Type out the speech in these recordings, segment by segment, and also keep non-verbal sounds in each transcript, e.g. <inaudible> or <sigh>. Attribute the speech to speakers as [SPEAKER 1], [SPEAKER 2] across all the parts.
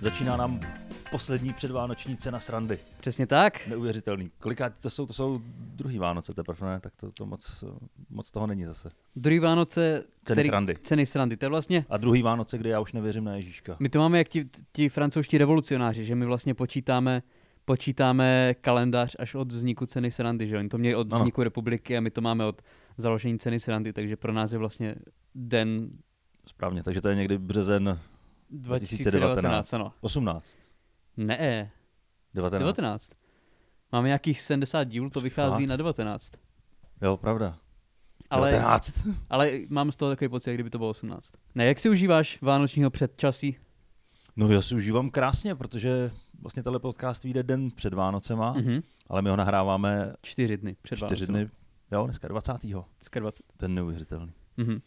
[SPEAKER 1] Začíná nám poslední předvánoční cena srandy.
[SPEAKER 2] Přesně tak.
[SPEAKER 1] Neuvěřitelný. Kolikrát to jsou, to jsou druhý Vánoce teprve, ne? Tak to, to moc, moc toho není zase.
[SPEAKER 2] Druhý Vánoce...
[SPEAKER 1] Ceny srandy.
[SPEAKER 2] Ceny srandy, to je vlastně...
[SPEAKER 1] A druhý Vánoce, kde já už nevěřím na Ježíška.
[SPEAKER 2] My to máme jak ti, ti francouzští revolucionáři, že my vlastně počítáme počítáme kalendář až od vzniku ceny srandy, že oni to měli od
[SPEAKER 1] Ano.
[SPEAKER 2] vzniku republiky a my to máme od založení ceny srandy, takže pro nás je vlastně den
[SPEAKER 1] Správně, takže to je někdy březen
[SPEAKER 2] 2019. Ano.
[SPEAKER 1] 18.
[SPEAKER 2] Ne,
[SPEAKER 1] 19.
[SPEAKER 2] 19. Máme nějakých 70 dílů, to vychází na 19.
[SPEAKER 1] Jo, pravda. Ale...
[SPEAKER 2] Ale,
[SPEAKER 1] 19.
[SPEAKER 2] ale mám z toho takový pocit, jak kdyby to bylo 18. Ne, jak si užíváš vánočního předčasí?
[SPEAKER 1] No já si užívám krásně, protože vlastně tenhle podcast vyjde den před Vánocema, mm-hmm.
[SPEAKER 2] Mhm.
[SPEAKER 1] ale my ho nahráváme
[SPEAKER 2] Čtyři dny před
[SPEAKER 1] čtyři
[SPEAKER 2] Vánocema.
[SPEAKER 1] dny, jo, dneska 20.
[SPEAKER 2] Dneska 20.
[SPEAKER 1] To je neuvěřitelný.
[SPEAKER 2] Mhm.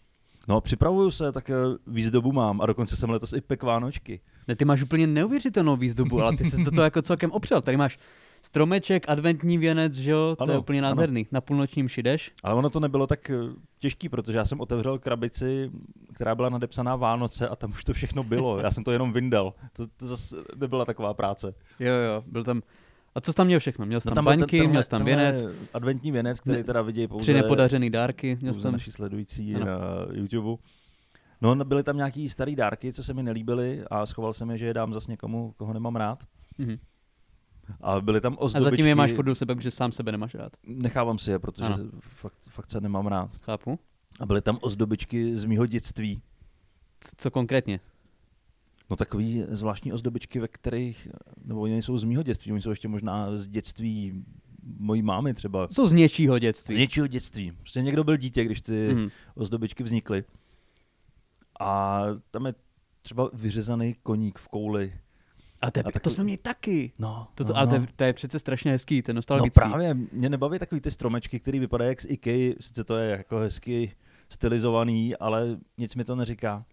[SPEAKER 1] No, připravuju se, tak eh, výzdobu mám a dokonce jsem letos i pek Vánočky.
[SPEAKER 2] Ne, ty máš úplně neuvěřitelnou výzdobu, ale ty jsi do toho jako celkem opřel. Tady máš stromeček, adventní věnec, že jo, to
[SPEAKER 1] Ano,
[SPEAKER 2] je úplně
[SPEAKER 1] ano.
[SPEAKER 2] nádherný. Na půlnočním šideš.
[SPEAKER 1] Ale ono to nebylo tak eh, těžký, protože já jsem otevřel krabici, která byla nadepsaná Vánoce a tam už to všechno bylo. Já jsem to jenom vyndal. To, to zase nebyla taková práce.
[SPEAKER 2] Jo, jo, byl tam. A co jsi tam měl všechno? Měl jsi tam,
[SPEAKER 1] No,
[SPEAKER 2] tam
[SPEAKER 1] byl ten-
[SPEAKER 2] baňky,
[SPEAKER 1] tenhle-
[SPEAKER 2] měl jsi tam
[SPEAKER 1] tenhle
[SPEAKER 2] věnec,
[SPEAKER 1] Adventní věnec, který
[SPEAKER 2] Ne-
[SPEAKER 1] teda vidějí pouze...
[SPEAKER 2] tři nepodařený dárky, měl jsi
[SPEAKER 1] pouze
[SPEAKER 2] tam.
[SPEAKER 1] naši sledující
[SPEAKER 2] Ano.
[SPEAKER 1] ano. na YouTube. No, no, byly tam nějaký starý dárky, co se mi nelíbily a schoval jsem je, že je dám zase někomu, koho nemám rád.
[SPEAKER 2] Mhm.
[SPEAKER 1] A byly tam
[SPEAKER 2] A
[SPEAKER 1] ozdobičky.
[SPEAKER 2] zatím je máš furt do sebe, protože sám sebe nemáš rád.
[SPEAKER 1] Nechávám si je, protože
[SPEAKER 2] Ano.
[SPEAKER 1] fakt, fakt se nemám rád.
[SPEAKER 2] Chápu?
[SPEAKER 1] A byly tam ozdobičky z mýho dětství.
[SPEAKER 2] C- Co konkrétně?
[SPEAKER 1] No takový zvláštní ozdobičky, ve kterých, nebo oni nejsou z mýho dětství, oni jsou ještě možná z dětství mojí mámy třeba.
[SPEAKER 2] Co z něčího
[SPEAKER 1] Z
[SPEAKER 2] dětství?
[SPEAKER 1] něčího dětství. Prostě někdo byl dítě, když ty
[SPEAKER 2] Mhm.
[SPEAKER 1] ozdobičky vznikly. A tam je třeba vyřezaný koník v kouli.
[SPEAKER 2] A, te,
[SPEAKER 1] A
[SPEAKER 2] to
[SPEAKER 1] takový-
[SPEAKER 2] jsme měli taky.
[SPEAKER 1] No,
[SPEAKER 2] To,
[SPEAKER 1] no,
[SPEAKER 2] ale to,
[SPEAKER 1] no.
[SPEAKER 2] je, to je přece strašně hezký, ten
[SPEAKER 1] no
[SPEAKER 2] nostalgický.
[SPEAKER 1] právě, mě nebaví takový ty stromečky, který vypadají jak z IKEA, sice to je jako hezky stylizovaný, ale nic mi to neříká.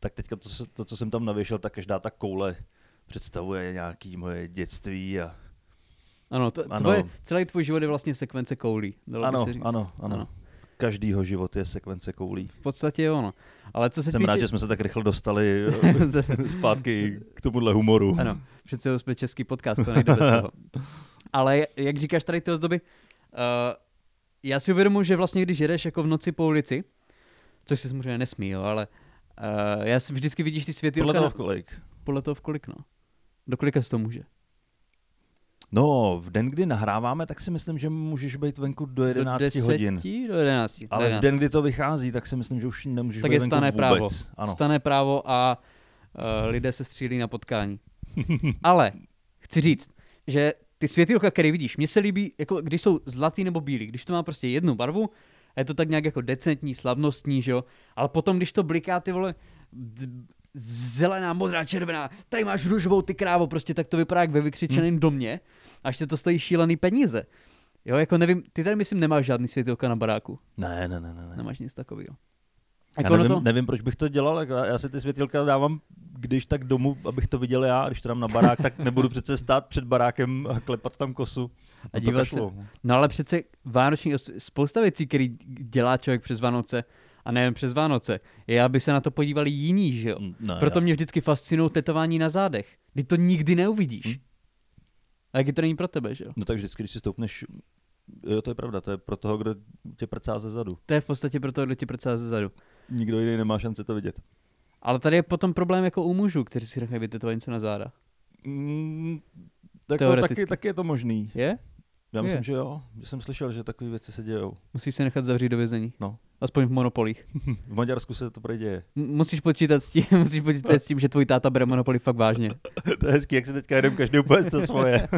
[SPEAKER 1] Tak teďka to, co- to co jsem tam navěšel, tak každá ta koule představuje nějaký moje dětství a
[SPEAKER 2] Ano, to,
[SPEAKER 1] Ano.
[SPEAKER 2] Tvoje, celý tvůj život je vlastně sekvence koulí. Dalo
[SPEAKER 1] ano,
[SPEAKER 2] by se říct.
[SPEAKER 1] ano, ano, ano. Každýho život je sekvence koulí.
[SPEAKER 2] V podstatě jo, no. Ale co se
[SPEAKER 1] Jsem
[SPEAKER 2] týče...
[SPEAKER 1] rád, že jsme se tak rychle
[SPEAKER 2] <laughs>
[SPEAKER 1] dostali eh, zpátky k tomuhle humoru.
[SPEAKER 2] ano, přece jsme český podcast,
[SPEAKER 1] <laughs>
[SPEAKER 2] to nejde bez toho. Ale jak říkáš tady ty ozdoby, uh, já si uvědomuji, že vlastně když jedeš jako v noci po ulici, což si samozřejmě nesmí, jo, ale uh, já si vždycky vidíš ty světýlka...
[SPEAKER 1] Podle toho
[SPEAKER 2] na-
[SPEAKER 1] v kolik?
[SPEAKER 2] podle toho v kolik, no. Do kolika se to může?
[SPEAKER 1] No, v den, kdy nahráváme, tak si myslím, že můžeš být venku do 11
[SPEAKER 2] do 10
[SPEAKER 1] hodin.
[SPEAKER 2] Do 11. do
[SPEAKER 1] Ale
[SPEAKER 2] 11.
[SPEAKER 1] v den, kdy to vychází, tak si myslím, že už nemůžeš
[SPEAKER 2] Tak
[SPEAKER 1] být
[SPEAKER 2] je
[SPEAKER 1] venku
[SPEAKER 2] stané
[SPEAKER 1] vůbec.
[SPEAKER 2] právo.
[SPEAKER 1] Ano.
[SPEAKER 2] Stane právo a uh, lidé se střílí na potkání. <laughs> Ale chci říct, že ty světýlka, které vidíš, mně se líbí, jako když jsou zlatý nebo bílý, když to má prostě jednu barvu, a je to tak nějak jako decentní, slavnostní, že jo, ale potom, když to bliká, ty vole, d- zelená, modrá, červená, tady máš růžovou, ty krávo, prostě tak to vypadá jak ve vykřičeném
[SPEAKER 1] Hmm.
[SPEAKER 2] domě a ještě to stojí šílený peníze. Jo, jako nevím, ty tady myslím nemáš žádný světýlka na baráku,
[SPEAKER 1] Ne, ne, ne, ne. ne.
[SPEAKER 2] nemáš nic takového.
[SPEAKER 1] Já
[SPEAKER 2] No. ono
[SPEAKER 1] nevím, nevím, proč bych to dělal, jako já já si ty světilka dávám, když tak domů, abych to viděl já, když to dám na barák, tak nebudu přece stát před barákem a klepat tam kosu. No to
[SPEAKER 2] dívat se-
[SPEAKER 1] kašlu.
[SPEAKER 2] No ale přece vánoční, os- spousta věcí, který dělá člověk přes Vánoce a nejen přes Vánoce, je, aby se na to podívali jiní, že jo?
[SPEAKER 1] Mm, Ne,
[SPEAKER 2] Proto
[SPEAKER 1] já-
[SPEAKER 2] mě vždycky fascinují tetování na zádech. Ty to nikdy
[SPEAKER 1] Hm.
[SPEAKER 2] neuvidíš. A jak to není pro tebe, že jo?
[SPEAKER 1] No tak vždycky, když si stoupneš, jo, to je pravda, to je pro toho, kdo tě prcá ze zadu.
[SPEAKER 2] To je v podstatě pro toho, kdo ti prcá zezadu.
[SPEAKER 1] Nikdo jiný nemá šanci to vidět.
[SPEAKER 2] Ale tady je potom problém jako u mužů, kteří si nechají vytetovat něco na záda.
[SPEAKER 1] Mm, tak to
[SPEAKER 2] Teoreticky.
[SPEAKER 1] taky, taky je to možný.
[SPEAKER 2] Je?
[SPEAKER 1] Já
[SPEAKER 2] Je.
[SPEAKER 1] myslím, že jo. Že jsem slyšel, že takové věci se dějou.
[SPEAKER 2] Musíš se nechat zavřít do vězení.
[SPEAKER 1] No.
[SPEAKER 2] Aspoň v monopolích.
[SPEAKER 1] V Maďarsku se to prej děje.
[SPEAKER 2] M- musíš počítat s tím, <laughs> musíš počítat s tím, že tvůj táta bere monopoly fakt vážně.
[SPEAKER 1] to je hezký, jak se teďka jedem každý úplně to svoje.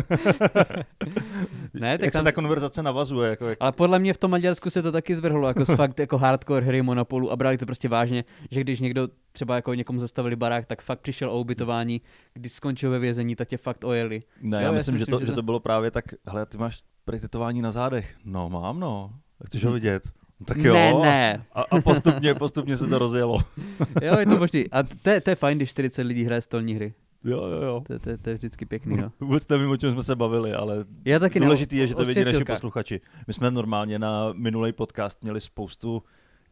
[SPEAKER 2] Ne, tak
[SPEAKER 1] jak
[SPEAKER 2] tam
[SPEAKER 1] se ta konverzace navazuje. Jako jak...
[SPEAKER 2] Ale podle mě v tom Maďarsku se to taky zvrhlo, jako
[SPEAKER 1] <laughs>
[SPEAKER 2] z fakt jako hardcore hry Monopolu a brali to prostě vážně, že když někdo třeba jako někomu zastavili barák, tak fakt přišel o ubytování, když skončil ve vězení, tak tě fakt ojeli.
[SPEAKER 1] Ne, já
[SPEAKER 2] Jo, já si
[SPEAKER 1] myslím, že,
[SPEAKER 2] myslím,
[SPEAKER 1] to,
[SPEAKER 2] že
[SPEAKER 1] že
[SPEAKER 2] to-
[SPEAKER 1] to bylo právě tak, hele, ty máš prej tetování na zádech. No, mám, no. A Chceš ho vidět? No, tak jo.
[SPEAKER 2] Ne, ne.
[SPEAKER 1] A, a postupně, postupně se to rozjelo.
[SPEAKER 2] Jo, je to možný. A to je, to je fajn, když 40 lidí hraje stolní hry.
[SPEAKER 1] Jo, jo, jo.
[SPEAKER 2] To, je- to, je- to je vždycky pěkný, no.
[SPEAKER 1] Vůbec nevím, o čem jsme se bavili, ale
[SPEAKER 2] Já taky ne,
[SPEAKER 1] Důležitý je, že
[SPEAKER 2] o
[SPEAKER 1] to vědí naši
[SPEAKER 2] světilkách.
[SPEAKER 1] posluchači. My jsme normálně na minulý podcast měli spoustu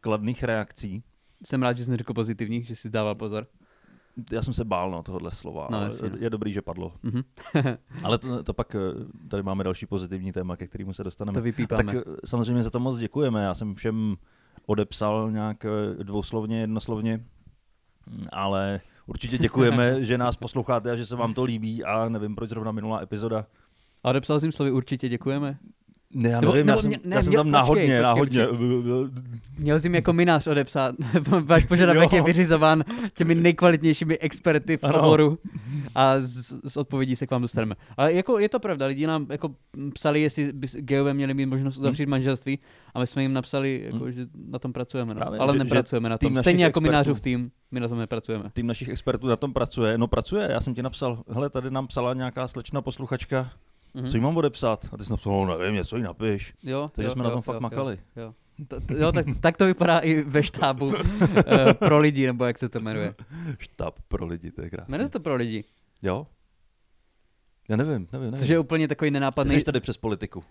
[SPEAKER 1] kladných reakcí.
[SPEAKER 2] Jsem rád, že jsi neřekl pozitivní, že si dával pozor.
[SPEAKER 1] já jsem se bál na tohohle slova.
[SPEAKER 2] No,
[SPEAKER 1] ale
[SPEAKER 2] jasně, no.
[SPEAKER 1] je dobrý, že padlo.
[SPEAKER 2] Mhm.
[SPEAKER 1] Ale to, to pak, eh, tady máme další pozitivní téma, ke kterému se dostaneme.
[SPEAKER 2] To vypípáme.
[SPEAKER 1] Tak eh, samozřejmě za to moc děkujeme. Já jsem všem odepsal nějak eh, dvouslovně, jednoslovně, Mm, ale určitě děkujeme, <laughs> že nás posloucháte a že se vám to líbí a nevím, proč zrovna minulá epizoda.
[SPEAKER 2] A odepsal jsem slovy určitě, děkujeme.
[SPEAKER 1] Ne, já
[SPEAKER 2] Nebo-
[SPEAKER 1] nevím, já
[SPEAKER 2] nebo
[SPEAKER 1] jsem,
[SPEAKER 2] mě- ne,
[SPEAKER 1] já jsem
[SPEAKER 2] mě-
[SPEAKER 1] tam
[SPEAKER 2] počkej,
[SPEAKER 1] náhodně,
[SPEAKER 2] počkej,
[SPEAKER 1] náhodně.
[SPEAKER 2] Měl jsi jim jako minář odepsat. <laughs> Váš požadavek
[SPEAKER 1] Jo.
[SPEAKER 2] je vyřizován těmi nejkvalitnějšími experty v
[SPEAKER 1] Ano.
[SPEAKER 2] oboru a z, z odpovědí se k vám dostaneme. Ale jako je to pravda, lidi nám jako psali, jestli by s- gejové měli mít
[SPEAKER 1] Hmm.
[SPEAKER 2] možnost uzavřít manželství a my jsme jim napsali, jako, že na tom pracujeme. No.
[SPEAKER 1] Právě,
[SPEAKER 2] Ale
[SPEAKER 1] že- že
[SPEAKER 2] nepracujeme na
[SPEAKER 1] tým
[SPEAKER 2] tom.
[SPEAKER 1] našich
[SPEAKER 2] Stejně jako
[SPEAKER 1] expertů-
[SPEAKER 2] minářův tým, my na tom nepracujeme.
[SPEAKER 1] <laughs> Tým našich expertů na tom pracuje. No pracuje, já jsem ti napsal, hele, tady nám psala nějaká slečna posluchačka,
[SPEAKER 2] Mhm.
[SPEAKER 1] co jí mám odepsat? A ty jsi napsal, no, nevím, něco jí napiš.
[SPEAKER 2] Jo,
[SPEAKER 1] Takže
[SPEAKER 2] jo,
[SPEAKER 1] jsme
[SPEAKER 2] jo,
[SPEAKER 1] na tom
[SPEAKER 2] jo,
[SPEAKER 1] fakt
[SPEAKER 2] jo,
[SPEAKER 1] makali.
[SPEAKER 2] Jo. To, to, jo, tak, tak to vypadá i
[SPEAKER 1] <laughs>
[SPEAKER 2] ve štábu eh, pro lidi, nebo jak se to jmenuje.
[SPEAKER 1] Štáb pro lidi, to je krásné.
[SPEAKER 2] Jmenuje se to pro lidi,
[SPEAKER 1] Jo? Já nevím, nevím, nevím.
[SPEAKER 2] což je úplně takový
[SPEAKER 1] Ty
[SPEAKER 2] nenápadný.
[SPEAKER 1] jsi tady přes politiku.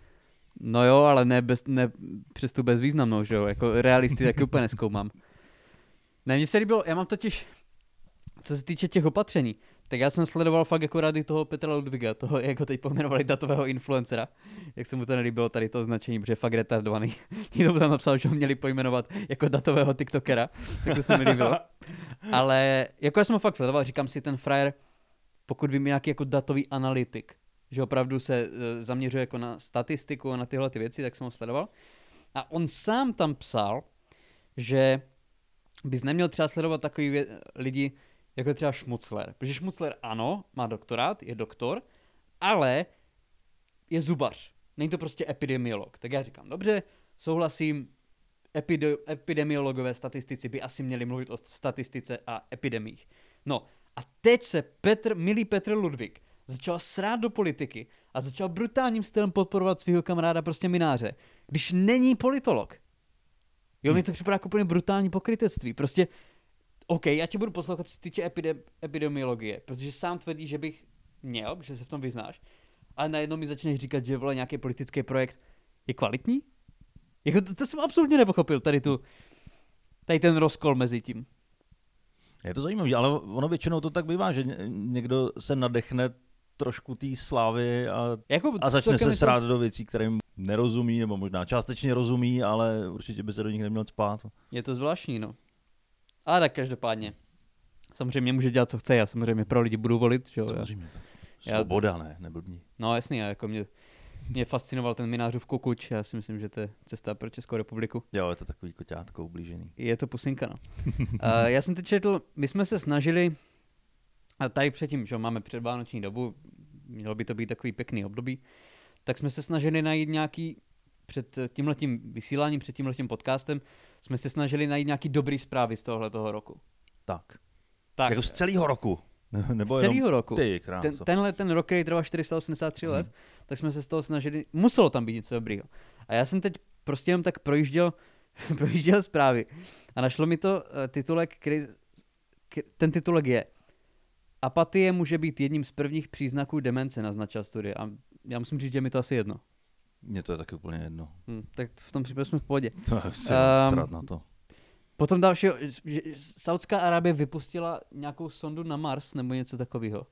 [SPEAKER 2] No jo, ale ne, bez, ne přes tu bezvýznamnou, že jo, jako realisty taky úplně neskoumám. Ne, mně se líbilo, já mám totiž, co se týče těch opatření, tak já jsem sledoval fakt jako rady toho Petra Ludviga, toho, jak ho teď pojmenovali datového influencera, jak se mu to nelíbilo tady to označení, protože je fakt retardovaný. <laughs> Někdo mu tam napsal, že ho měli pojmenovat jako datového tiktokera, tak to se mi líbilo. Ale jako já jsem ho fakt sledoval, říkám si, ten frajer, pokud vím, je nějaký jako datový analytik, že opravdu se eh, zaměřuje jako na statistiku a na tyhle ty věci, tak jsem ho sledoval. A on sám tam psal, že bys neměl třeba sledovat takový vě- lidi, jako je třeba Šmucler. Protože Šmucler, ano, má doktorát, je doktor, ale je zubař. Není to prostě epidemiolog. Tak já říkám, dobře, souhlasím, epide- epidemiologové statistici by asi měli mluvit o statistice a epidemích. No a teď se Petr, milý Petr Ludvík začal srát do politiky a začal brutálním stylem podporovat svého kamaráda prostě mináře, když není politolog. Jo, mi to připadá jako úplně brutální pokrytectví. Prostě, OK, já tě budu poslouchat, co se týče epide- epidemiologie, protože sám tvrdí, že bych měl, že se v tom vyznáš, ale najednou mi začneš říkat, že vole, nějaký politický projekt je kvalitní? Jako to, to jsem absolutně nepochopil, tady tu, tady ten rozkol mezi tím.
[SPEAKER 1] Je to zajímavé, ale ono většinou to tak bývá, že ně- někdo se nadechne trošku té slávy a,
[SPEAKER 2] Jako,
[SPEAKER 1] a začne
[SPEAKER 2] celkem
[SPEAKER 1] se
[SPEAKER 2] jako-
[SPEAKER 1] srát do věcí, kterým nerozumí, nebo možná částečně rozumí, ale určitě by se do nich neměl spát.
[SPEAKER 2] Je to zvláštní, no. Ale tak každopádně. Samozřejmě může dělat, co chce, já samozřejmě pro lidi budu volit, že jo. já-
[SPEAKER 1] Samozřejmě.
[SPEAKER 2] Já-
[SPEAKER 1] Svoboda, ne, neblbní.
[SPEAKER 2] No jasný, já jako mě, mě fascinoval ten minářův kukuč, já si myslím, že to je cesta pro Českou republiku.
[SPEAKER 1] Jo, je to takový koťátko ublížený.
[SPEAKER 2] Je to pusinka, no. uh, já jsem teď četl, my jsme se snažili, a tady předtím, že jo, máme předvánoční dobu, mělo by to být takový pěkný období, tak jsme se snažili najít nějaký, před eh, tímhletím vysíláním, před tímhletím podcastem, jsme se snažili najít nějaký dobrý zprávy z tohohletoho roku.
[SPEAKER 1] Tak.
[SPEAKER 2] Tak,
[SPEAKER 1] Jako z celého roku. <laughs> Nebo
[SPEAKER 2] z celého roku.
[SPEAKER 1] Ty,
[SPEAKER 2] ten,
[SPEAKER 1] kráso.
[SPEAKER 2] tenhle ten rok, který trvá 483 let, tak jsme se z toho snažili, muselo tam být něco dobrýho. A já jsem teď prostě jenom tak projížděl, <laughs> projížděl zprávy a našlo mi to eh, titulek, který, k- ten titulek je Apatie může být jedním z prvních příznaků demence, naznačil studie. A já musím říct, že mi to asi jedno.
[SPEAKER 1] Mně to je taky úplně jedno.
[SPEAKER 2] Hm, tak v tom případě jsme v pohodě.
[SPEAKER 1] <laughs> To je um,
[SPEAKER 2] Ehm,
[SPEAKER 1] srad na to.
[SPEAKER 2] Potom další, že Saudská Arábie vypustila nějakou sondu na Mars nebo něco takového.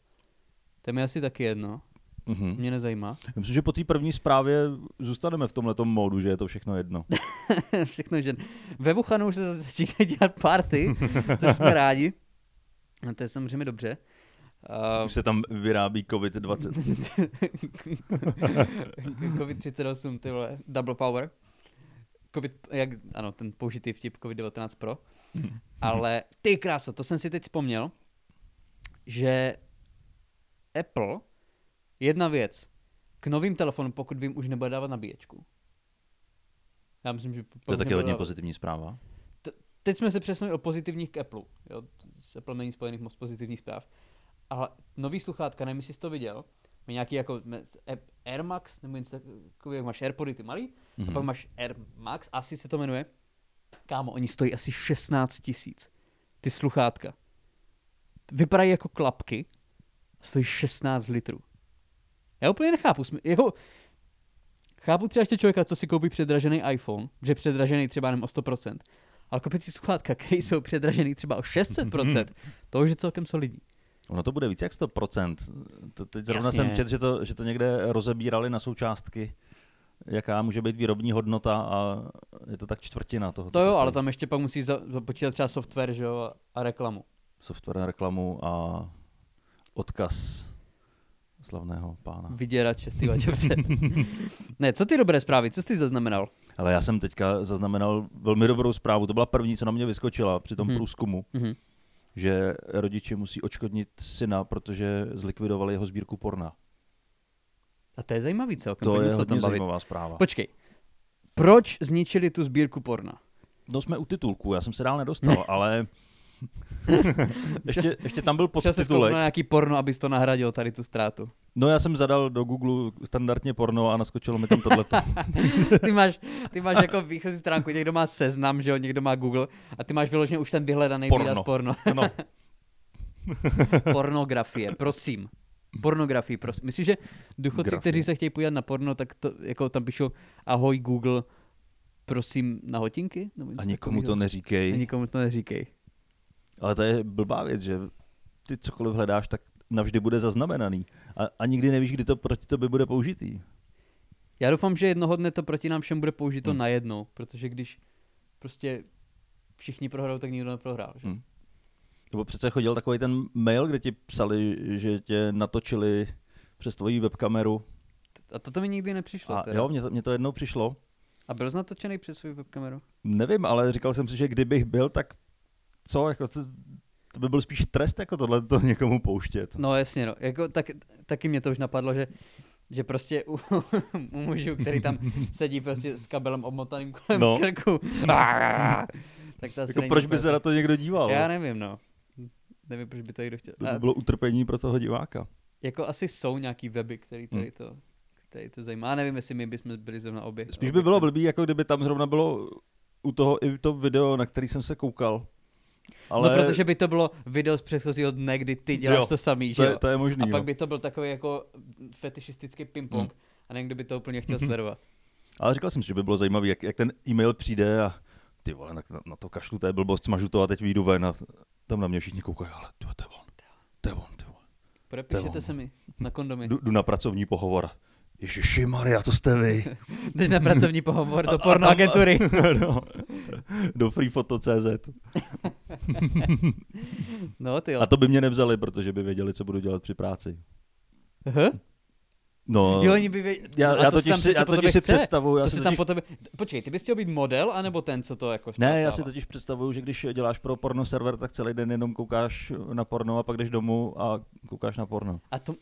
[SPEAKER 2] To je mi asi taky jedno.
[SPEAKER 1] Mhm.
[SPEAKER 2] Mě nezajímá.
[SPEAKER 1] Myslím, že po té první zprávě zůstaneme v tomhle módu, že je to všechno jedno.
[SPEAKER 2] <laughs> všechno žen. Ve Wuhanu už se zase začínají dělat party, což jsme rádi. No to je samozřejmě dobře. Uh,
[SPEAKER 1] Už se tam vyrábí COVID-20.
[SPEAKER 2] Eh, <laughs> COVID-38, ty vole, double power. COVID, jak, ano, ten použitý vtip COVID-19 Pro. Ale ty kráso, to jsem si teď vzpomněl, že Apple, jedna věc, k novým telefonům, pokud vím, už nebude dávat nabíječku. Já myslím, že...
[SPEAKER 1] To je
[SPEAKER 2] pokud
[SPEAKER 1] taky
[SPEAKER 2] nebude
[SPEAKER 1] hodně
[SPEAKER 2] dávat-
[SPEAKER 1] pozitivní zpráva.
[SPEAKER 2] teď jsme se přesunuli od pozitivních k Apple. Jo? S Apple není spojených moc pozitivních zpráv. Ale nový sluchátka, nevím, jestli jsi to viděl, mají nějaký jako me- s- Air- Air Max, nebo něco takového, jak máš Airpody, ty malý, mm-hmm. a pak máš Air Max, asi se to jmenuje. Kámo, oni stojí asi 16 tisíc. Ty sluchátka. Vypadají jako klapky, stojí 16 litrů. Já úplně nechápu. sm- Jako, chápu třeba ještě člověka, co si koupí předražený iPhone, že je předražený třeba jenom o 100%, Ale koupit si sluchátka, které jsou předražený třeba o 600%,
[SPEAKER 1] <laughs>
[SPEAKER 2] to už je celkem solidní.
[SPEAKER 1] Ono to bude víc jak 100%. To teď zrovna
[SPEAKER 2] Jasně.
[SPEAKER 1] jsem četl, že to, že to někde rozebírali na součástky, jaká může být výrobní hodnota a je No to tak čtvrtina toho, co prostě
[SPEAKER 2] To jo,
[SPEAKER 1] stojí.
[SPEAKER 2] ale tam ještě pak musí za- započítat třeba software že jo, a- a reklamu.
[SPEAKER 1] Software, reklamu a odkaz slavného pána. <laughs>
[SPEAKER 2] Vyděrače, stývačovce. ne, co ty dobré zprávy, co jsi zaznamenal?
[SPEAKER 1] Ale já jsem teďka zaznamenal velmi dobrou zprávu, to byla první, co na mě vyskočila při tom
[SPEAKER 2] Mhm.
[SPEAKER 1] průzkumu,
[SPEAKER 2] Mhm.
[SPEAKER 1] že rodiče musí očkodnit syna, protože zlikvidovali jeho sbírku porna.
[SPEAKER 2] A to je zajímavý celkem,
[SPEAKER 1] To
[SPEAKER 2] pojďme
[SPEAKER 1] je
[SPEAKER 2] se o tom
[SPEAKER 1] hodně
[SPEAKER 2] bavit.
[SPEAKER 1] zajímavá zpráva.
[SPEAKER 2] Počkej, proč zničili tu sbírku porna?
[SPEAKER 1] No jsme u titulku, já jsem se dál <laughs> nedostal, ale ještě, ještě tam byl
[SPEAKER 2] Chtěl se na
[SPEAKER 1] podtitulek.
[SPEAKER 2] nějaký porno, abys to nahradil tady tu ztrátu.
[SPEAKER 1] No já jsem zadal do Google standardně porno a naskočilo mi tam tohleto.
[SPEAKER 2] Ty máš, ty máš jako výchozí stránku, někdo má seznam, že jo, někdo má Google a ty máš vyloženě už ten vyhledaný
[SPEAKER 1] Porno.
[SPEAKER 2] výraz porno.
[SPEAKER 1] <laughs> No, <laughs>
[SPEAKER 2] Pornografie, prosím. Pornografii, prosím. Myslíš, že důchodci,
[SPEAKER 1] Grafie.
[SPEAKER 2] kteří se chtějí podívat na porno, tak to, jako tam píšou ahoj Google, prosím na hotinky? Nebo něco
[SPEAKER 1] a nikomu to
[SPEAKER 2] takovýho? A
[SPEAKER 1] neříkej.
[SPEAKER 2] nikomu to neříkej.
[SPEAKER 1] Ale to je blbá věc, že ty cokoliv hledáš, tak navždy bude zaznamenaný. A, a nikdy nevíš, kdy to proti tobě bude použitý.
[SPEAKER 2] Já doufám, že jednoho dne to proti nám všem bude použito
[SPEAKER 1] Hmm.
[SPEAKER 2] hmm. najednou, protože když prostě všichni prohrajou, tak nikdo neprohrál. Že?
[SPEAKER 1] Hmm. Nebo přece chodil takový ten mail, kde ti psali, že tě natočili přes tvoji webkameru.
[SPEAKER 2] A toto mi nikdy nepřišlo.
[SPEAKER 1] A
[SPEAKER 2] teda.
[SPEAKER 1] jo, mně to, mně to jednou přišlo.
[SPEAKER 2] a byl jsi natočený přes svou webkameru?
[SPEAKER 1] Nevím, ale říkal jsem si, že kdybych byl, tak co, jako to, to by byl spíš trest, jako tohle to někomu pouštět.
[SPEAKER 2] No jasně, no. Jako, tak, taky mě to už napadlo, že, že prostě u, <laughs> u mužů,
[SPEAKER 1] <laughs>
[SPEAKER 2] který tam sedí prostě s kabelem obmotaným kolem
[SPEAKER 1] No.
[SPEAKER 2] no. krku, <laughs> tak to asi
[SPEAKER 1] Jako
[SPEAKER 2] není
[SPEAKER 1] proč by
[SPEAKER 2] úplně
[SPEAKER 1] se na to někdo díval?
[SPEAKER 2] Já nevím, no. Nevím, proč by to někdo chtěl.
[SPEAKER 1] To by
[SPEAKER 2] A,
[SPEAKER 1] bylo utrpení pro toho diváka.
[SPEAKER 2] jako asi jsou nějaký weby, který tady
[SPEAKER 1] Hmm.
[SPEAKER 2] to, který to zajímá. Já nevím, jestli my bychom byli zrovna obě.
[SPEAKER 1] Spíš by
[SPEAKER 2] obě-
[SPEAKER 1] bylo blbý, jako kdyby tam zrovna bylo u toho i to video, na který jsem se koukal. Ale
[SPEAKER 2] No protože by to bylo video z předchozího dne, kdy ty děláš
[SPEAKER 1] Jo,
[SPEAKER 2] jo, to samý,
[SPEAKER 1] to,
[SPEAKER 2] že
[SPEAKER 1] je,
[SPEAKER 2] jo?
[SPEAKER 1] to je možný.
[SPEAKER 2] A
[SPEAKER 1] no.
[SPEAKER 2] pak by to byl takový jako fetišistický ping-pong.
[SPEAKER 1] Hmm.
[SPEAKER 2] A nevím, kdo by to
[SPEAKER 1] <laughs>
[SPEAKER 2] úplně chtěl sledovat.
[SPEAKER 1] Ale říkal jsem si, že by bylo zajímavé, jak, jak ten e-mail přijde a ty vole, na, na to kašlu, to je blbost, smažu to a teď vyjdu ven a tam na mě všichni koukají, ale to je- to je on, to je on, ty vole.
[SPEAKER 2] Podepíšete
[SPEAKER 1] ono.
[SPEAKER 2] se mi na kondomy.
[SPEAKER 1] Jdu, jdu na pracovní pohovor. Ježiši Maria, to jste vy.
[SPEAKER 2] Jdeš na pracovní pohovor
[SPEAKER 1] A- a
[SPEAKER 2] do porno
[SPEAKER 1] tam-
[SPEAKER 2] agentury.
[SPEAKER 1] <laughs> no, do freefoto.cz.
[SPEAKER 2] No ty jo.
[SPEAKER 1] A to by mě nevzali, protože by věděli, co budu dělat při práci.
[SPEAKER 2] Aha.
[SPEAKER 1] No,
[SPEAKER 2] Jo, oni by věděli.
[SPEAKER 1] já, já totiž si, já totiž si představuju, já
[SPEAKER 2] To
[SPEAKER 1] si
[SPEAKER 2] si
[SPEAKER 1] totiž,
[SPEAKER 2] tam po tebe... Počkej, ty bys chtěl být model, anebo ten, co to jako
[SPEAKER 1] ne, já si
[SPEAKER 2] zpracovává?
[SPEAKER 1] totiž představuju, že když děláš pro porno server, tak celý den jenom koukáš na porno a pak jdeš domů a koukáš na porno.
[SPEAKER 2] A to...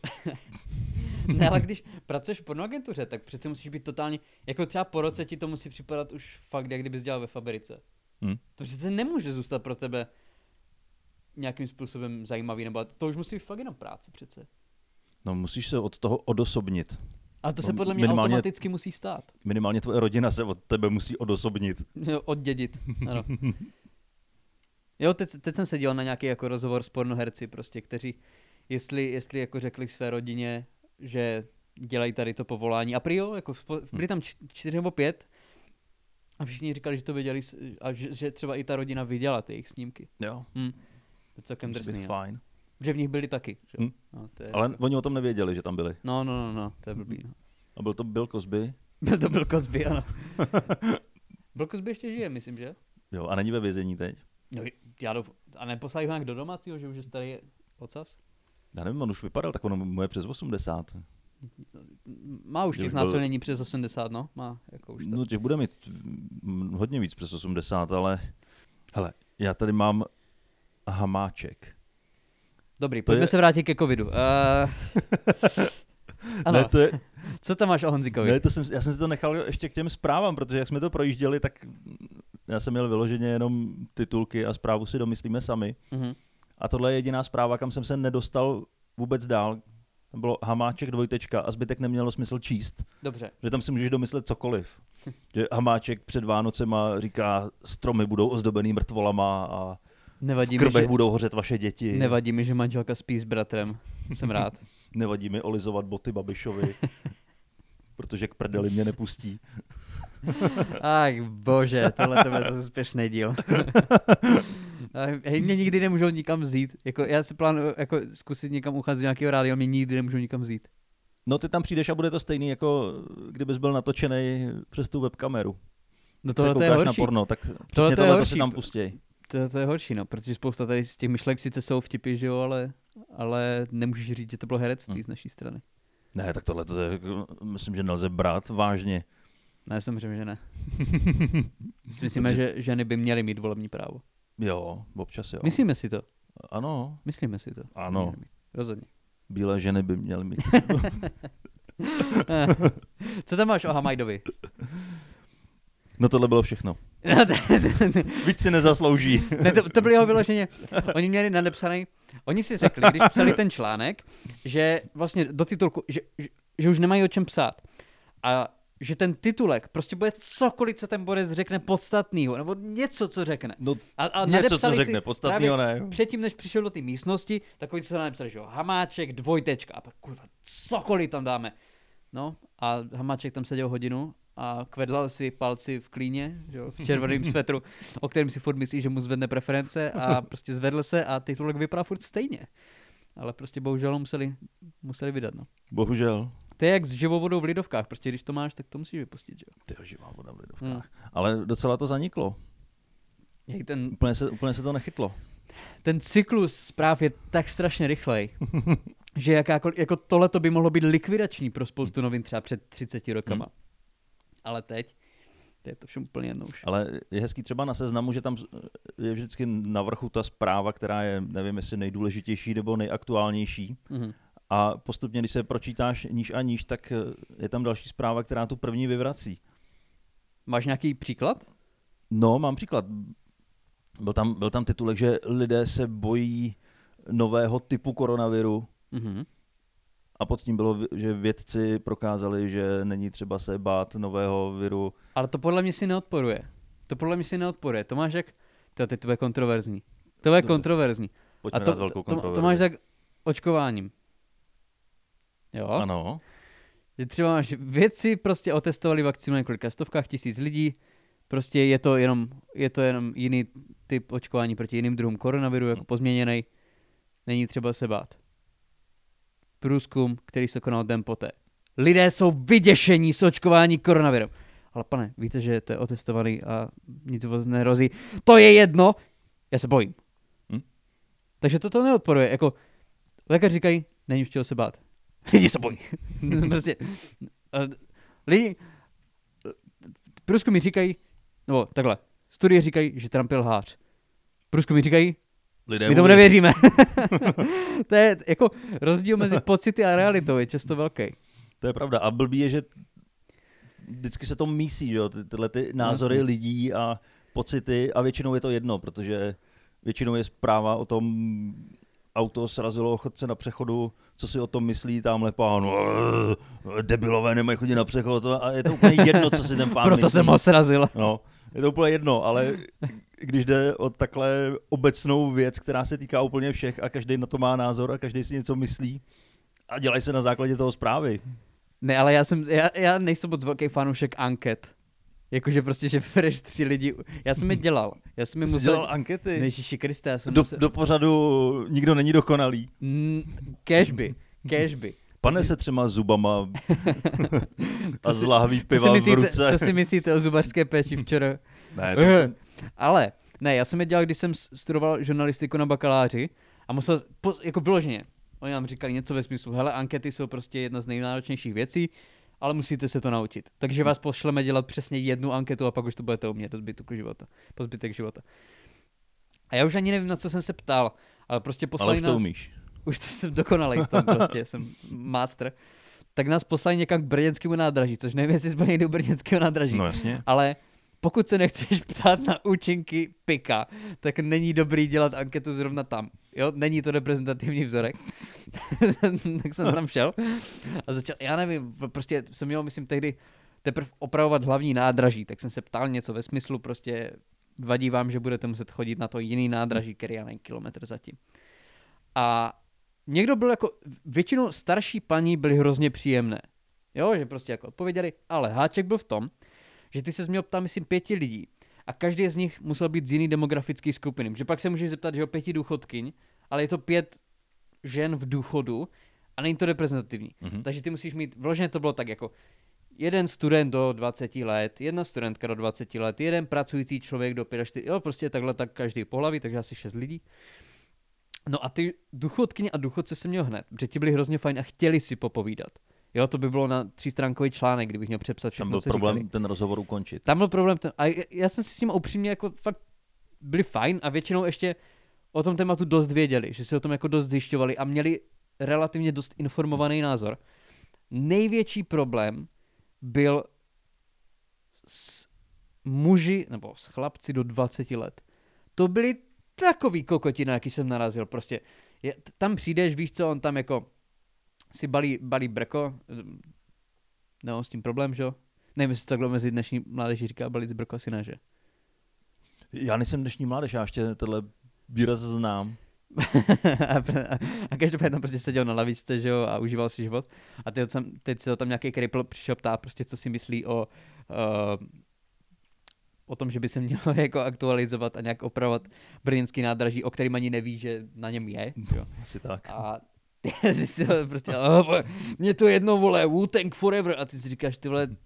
[SPEAKER 2] <laughs> ne, ale když pracuješ v pornoagentuře, tak přece musíš být totálně, jako třeba po roce ti to musí připadat už fakt, jak kdybys dělal ve fabrice.
[SPEAKER 1] Hm.
[SPEAKER 2] To přece nemůže zůstat pro tebe nějakým způsobem zajímavý, nebo to už musí být fakt jenom práce přece.
[SPEAKER 1] No musíš se od toho odosobnit.
[SPEAKER 2] A to
[SPEAKER 1] No,
[SPEAKER 2] se podle mě
[SPEAKER 1] minimálně-
[SPEAKER 2] automaticky musí stát.
[SPEAKER 1] Minimálně tvoje rodina se od tebe musí odosobnit.
[SPEAKER 2] Jo, Oddědit,
[SPEAKER 1] <laughs>
[SPEAKER 2] ano. Jo, teď, teď jsem se díval na nějaký jako rozhovor s pornoherci prostě, kteří, jestli, jestli jako řekli své rodině, že dělají tady to povolání. A prý jo, jako spo-
[SPEAKER 1] Hm.
[SPEAKER 2] byli tam č- čtyři nebo pět a všichni říkali, že to viděli s- a že, že třeba i ta rodina viděla ty jejich snímky.
[SPEAKER 1] Jo,
[SPEAKER 2] Hm. To je celkem
[SPEAKER 1] musí
[SPEAKER 2] drsný.
[SPEAKER 1] být
[SPEAKER 2] No.
[SPEAKER 1] fajn.
[SPEAKER 2] Že v nich byli taky. Že? jo.
[SPEAKER 1] Hm.
[SPEAKER 2] No, to je
[SPEAKER 1] Ale
[SPEAKER 2] jako-
[SPEAKER 1] oni o tom nevěděli, že tam byli.
[SPEAKER 2] no, no, no, no, to je blbý. No. <laughs>
[SPEAKER 1] A byl to Bill Cosby,
[SPEAKER 2] Byl to byl
[SPEAKER 1] <laughs>
[SPEAKER 2] Cosby, ano. byl Cosby ještě žije, myslím, že?
[SPEAKER 1] jo, a není ve vězení teď.
[SPEAKER 2] No, já douf... A neposlali ho nějak do domácího, že už je starý ocas?
[SPEAKER 1] Já nevím, on už vypadal, tak on mu je přes 80.
[SPEAKER 2] Má už
[SPEAKER 1] Že
[SPEAKER 2] těch
[SPEAKER 1] už byl-
[SPEAKER 2] znásilnění přes 80, no. Má, jako už to.
[SPEAKER 1] No těch bude mít mm, hodně víc přes 80, ale hele, já tady mám hamáček.
[SPEAKER 2] Dobrý,
[SPEAKER 1] to
[SPEAKER 2] pojďme
[SPEAKER 1] je-
[SPEAKER 2] se vrátit ke covidu. Uh...
[SPEAKER 1] <laughs>
[SPEAKER 2] ano,
[SPEAKER 1] Ne, to
[SPEAKER 2] <laughs>
[SPEAKER 1] je,
[SPEAKER 2] co tam máš o Honzikovi?
[SPEAKER 1] ne, to jsem, já jsem si to nechal ještě k těm zprávám, protože jak jsme to projížděli, tak mm, já jsem měl vyloženě jenom titulky a zprávu si domyslíme sami.
[SPEAKER 2] Mhm.
[SPEAKER 1] A tohle je jediná zpráva, kam jsem se nedostal vůbec dál. Tam bylo hamáček dvojtečka a zbytek nemělo smysl číst,
[SPEAKER 2] Dobře.
[SPEAKER 1] že tam si můžeš domyslet
[SPEAKER 2] <laughs>
[SPEAKER 1] cokoliv. Že hamáček před Vánocema říká, stromy budou ozdobený mrtvolama a v
[SPEAKER 2] Nevadí mi,
[SPEAKER 1] krbech
[SPEAKER 2] že...
[SPEAKER 1] budou hořet vaše děti.
[SPEAKER 2] Nevadí mi, že manželka spí s bratrem. Jsem rád.
[SPEAKER 1] <laughs>
[SPEAKER 2] <laughs>
[SPEAKER 1] Nevadí mi olizovat boty Babišovi, protože k prdeli mě nepustí.
[SPEAKER 2] Ach bože, tohle to bude zase
[SPEAKER 1] <laughs>
[SPEAKER 2] úspěšný díl. Ach, Hej, mě nikdy nemůžou nikam vzít. Jako, já si plánuju jako, zkusit někam ucházet do nějakého rádia, mě nikdy nemůžou nikam vzít.
[SPEAKER 1] No ty tam přijdeš a bude to stejný, jako kdybys byl natočený přes tu webkameru. Když
[SPEAKER 2] No
[SPEAKER 1] se
[SPEAKER 2] tohle to je
[SPEAKER 1] koukáš
[SPEAKER 2] horší.
[SPEAKER 1] na porno, tak přesně
[SPEAKER 2] to
[SPEAKER 1] tohle,
[SPEAKER 2] je
[SPEAKER 1] tohle to
[SPEAKER 2] horší.
[SPEAKER 1] si tam pustěj.
[SPEAKER 2] To, to je horší, no, protože spousta tady z těch myšlek sice jsou vtipy, že jo, ale, ale nemůžeš říct, že to bylo herectví
[SPEAKER 1] Hm.
[SPEAKER 2] z naší strany.
[SPEAKER 1] Ne, tak tohle to je, jako, myslím, že nelze brát vážně.
[SPEAKER 2] Ne, samozřejmě, že ne. My si myslíme, že ženy by měly mít volební právo.
[SPEAKER 1] Jo, občas jo.
[SPEAKER 2] Myslíme si to.
[SPEAKER 1] Ano,
[SPEAKER 2] Myslíme si to.
[SPEAKER 1] Ano.
[SPEAKER 2] Měly mít. Rozhodně. <laughs>
[SPEAKER 1] bílé ženy by měly mít.
[SPEAKER 2] Eh, Co tam máš o Hamajdovi?
[SPEAKER 1] No tohle bylo všechno.
[SPEAKER 2] No, to-
[SPEAKER 1] Víc si nezaslouží.
[SPEAKER 2] Ne, to, to byly jeho vyloženě. Oni měli nadepsaný. Oni si řekli, když psali ten článek, že vlastně do titulku, že, že, že už nemají o čem psát. A že ten titulek prostě bude cokoliv, co ten Borec řekne podstatného, nebo něco, co řekne.
[SPEAKER 1] No,
[SPEAKER 2] A, a
[SPEAKER 1] něco, co
[SPEAKER 2] nadepsali si
[SPEAKER 1] řekne, podstatného ne.
[SPEAKER 2] Předtím, než přišel do té místnosti, takový, co napsali, že jo, hamáček, dvojtečka, a pak kurva, cokoliv tam dáme. No a hamáček tam seděl hodinu a kvedlal si palci v klíně, že jo, v červeném svetru, o kterém si furt myslí, že mu zvedne preference a prostě zvedl se a titulek vypadá furt stejně. Ale prostě bohužel ho museli, museli vydat, no.
[SPEAKER 1] Bohužel.
[SPEAKER 2] To je jak s živovodou v Lidovkách, prostě když to máš, tak to musíš vypustit, že jo.
[SPEAKER 1] Ty živá voda v lidovkách. Hmm. Ale docela to zaniklo.
[SPEAKER 2] Jak ten,
[SPEAKER 1] Úplně se, úplně se to nechytlo.
[SPEAKER 2] ten cyklus zpráv je tak
[SPEAKER 1] <laughs>
[SPEAKER 2] strašně rychlej, že jakákoliv, jako tohle to by mohlo být likvidační pro spoustu novin třeba před 30 rokama.
[SPEAKER 1] Hmm.
[SPEAKER 2] Ale teď, to je to všem úplně jedno už.
[SPEAKER 1] Ale je hezký třeba na seznamu, že tam z- je vždycky na vrchu ta zpráva, která je, nevím, jestli nejdůležitější nebo nejaktuálnější.
[SPEAKER 2] Mhm.
[SPEAKER 1] A postupně, když se pročítáš níž a níž, tak eh, je tam další zpráva, která tu první vyvrací.
[SPEAKER 2] Máš nějaký příklad?
[SPEAKER 1] No, mám příklad. Byl tam, byl tam titulek, že lidé se bojí nového typu koronaviru
[SPEAKER 2] Mhm.
[SPEAKER 1] a pod tím bylo, že vědci prokázali, že není třeba se bát nového viru.
[SPEAKER 2] Ale to podle mě si neodporuje. To podle mě si neodporuje. To máš jak... To teď to bude kontroverzní. To bude
[SPEAKER 1] Dobře.
[SPEAKER 2] kontroverzní.
[SPEAKER 1] Pojďme to,
[SPEAKER 2] a to,
[SPEAKER 1] na velkou
[SPEAKER 2] to, to,
[SPEAKER 1] kontroverzi.
[SPEAKER 2] to máš tak očkováním. Jo?
[SPEAKER 1] Ano,
[SPEAKER 2] Že třeba máš věci, prostě otestovali vakcínu na několika stovkách tisíc lidí, prostě je to jenom, je to jenom jiný typ očkování proti jiným druhům koronaviru, jako pozměněný. Není třeba se bát. Průzkum, který se konal den poté. Lidé jsou vyděšení z očkování koronavirem. Ale pane, víte, že to je otestovaný a nic vás nehrozí. To je jedno, já se bojím.
[SPEAKER 1] Hm.
[SPEAKER 2] Takže toto neodporuje. Jako, lékaři říkají, není už čeho se bát. <laughs> Lidi se bojí. prostě, eh, lidi, průzkumy říkají, nebo takhle, studie říkají, že Trump je lhář. Průzkumy říkají,
[SPEAKER 1] lidé
[SPEAKER 2] my
[SPEAKER 1] <laughs>
[SPEAKER 2] tomu nevěříme. to je jako rozdíl mezi pocity a realitou je často velký.
[SPEAKER 1] To je pravda. A blbý je, že vždycky se to mísí, že jo? Ty, tyhle ty názory
[SPEAKER 2] No, Jasně.
[SPEAKER 1] lidí a pocity a většinou je to jedno, protože většinou je zpráva o tom, auto srazilo chodce na přechodu, co si o tom myslí tamhle pán, "Eh, debilové nemají chodit na přechod a je to úplně jedno, co si ten pán
[SPEAKER 2] <laughs> Proto
[SPEAKER 1] myslí.
[SPEAKER 2] jsem ho srazil.
[SPEAKER 1] No, je to úplně jedno, ale když jde o takhle obecnou věc, která se týká úplně všech a každý na to má názor a každý si něco myslí a dělají se na základě toho zprávy.
[SPEAKER 2] Ne, ale já jsem, já, já nejsem moc velký fanoušek anket. Jakože prostě, že <laughs> bereš tři lidi. Já jsem je dělal. Já jsem je
[SPEAKER 1] Jsi
[SPEAKER 2] musel...
[SPEAKER 1] dělal ankety.
[SPEAKER 2] Ježíši Kriste, já jsem
[SPEAKER 1] do,
[SPEAKER 2] musel...
[SPEAKER 1] do pořadu Nikdo není dokonalý.
[SPEAKER 2] Mm, Cashby, cashby.
[SPEAKER 1] Pane se třema
[SPEAKER 2] <laughs>
[SPEAKER 1] zubama a
[SPEAKER 2] Co si-
[SPEAKER 1] zláhví
[SPEAKER 2] Co si,
[SPEAKER 1] piva v
[SPEAKER 2] myslíte,
[SPEAKER 1] ruce.
[SPEAKER 2] co si myslíte o zubařské péči včera?
[SPEAKER 1] <laughs> Ne, to...
[SPEAKER 2] Eh, Ale, ne, já jsem je dělal, když jsem s- studoval žurnalistiku na bakaláři a musel, po- jako vyloženě, oni nám říkali něco ve smyslu, hele, ankety jsou prostě jedna z nejnáročnějších věcí, ale musíte se to naučit. Takže vás pošleme dělat přesně jednu anketu a pak už to budete umět do zbytku života, po zbytek života. A já už ani nevím, na co jsem se ptal, ale prostě
[SPEAKER 1] ale
[SPEAKER 2] poslali
[SPEAKER 1] už to
[SPEAKER 2] nás
[SPEAKER 1] umíš.
[SPEAKER 2] už to jsem dokonalý v tom
[SPEAKER 1] <laughs>
[SPEAKER 2] prostě, jsem master, tak nás poslali někam k brněnskému nádraží, což nevím, jestli jsme někdy u brněnského nádraží.
[SPEAKER 1] No jasně.
[SPEAKER 2] Ale pokud se nechceš <laughs> ptát na účinky pika, tak není dobrý dělat anketu zrovna tam. Jo, není to reprezentativní vzorek. <laughs> tak jsem tam šel a začal, já nevím, prostě jsem měl, myslím, tehdy teprve opravovat hlavní nádraží, tak jsem se ptal něco ve smyslu, prostě vadí vám, že budete muset chodit na to jiný nádraží, který já nevím, kilometr zatím. A někdo byl jako, většinou starší paní byly hrozně příjemné. Jo, že prostě jako odpověděli, ale háček byl v tom, že ty se měl ptát, myslím, pěti lidí. A každý z nich musel být z jiný demografické skupiny. Že pak se můžeš zeptat, že o pěti důchodkyň, ale je to pět žen v důchodu a není to reprezentativní.
[SPEAKER 1] Mhm.
[SPEAKER 2] Mm-hmm. Takže ty musíš mít, vloženě to bylo tak jako jeden student do 20 let, jedna studentka do 20 let, jeden pracující člověk do 45, jo, prostě takhle tak každý pohlaví, takže asi šest lidí. No a ty důchodkyně a důchodce jsem měl hned, protože ti byli hrozně fajn a chtěli si popovídat. Jo, to by bylo na třístránkový článek, kdybych měl přepsat všechno,
[SPEAKER 1] Tam byl
[SPEAKER 2] co
[SPEAKER 1] problém
[SPEAKER 2] Říkali.
[SPEAKER 1] ten rozhovor ukončit.
[SPEAKER 2] Tam byl problém. Ten, a j- já jsem si s ním upřímně jako fakt byli fajn a většinou ještě o tom tématu dost věděli, že si o tom jako dost zjišťovali a měli relativně dost informovaný názor. Největší problém byl s muži, nebo s chlapci do 20 let. To byly takový kokoti, na jaký jsem narazil. Prostě je, t- tam přijdeš, víš co, on tam jako si balí, balí brko, ehm, nemám No, s tím problém, že jo? Nevím, jestli takhle mezi dnešní mládeží říká balit brko, asi ne, že? <laughs>
[SPEAKER 1] Já nejsem dnešní mládež, já ještě tenhle výraz znám.
[SPEAKER 2] a, pr- a každopádně tam prostě seděl na lavičce, že jo, a užíval si život. A teď, jsem, teď se ho tam nějaký kripl přišel ptát prostě, co si myslí o, uh, o tom, že by se mělo <laughs> jako aktualizovat a nějak opravovat brněnský nádraží, o kterým ani neví, že na něm je. Jo.
[SPEAKER 1] Asi tak.
[SPEAKER 2] A <laughs> ty si ho prostě, "A, vole, mě to jedno vole, Wu-Tang forever. A ty si říkáš, ty vole, tohle-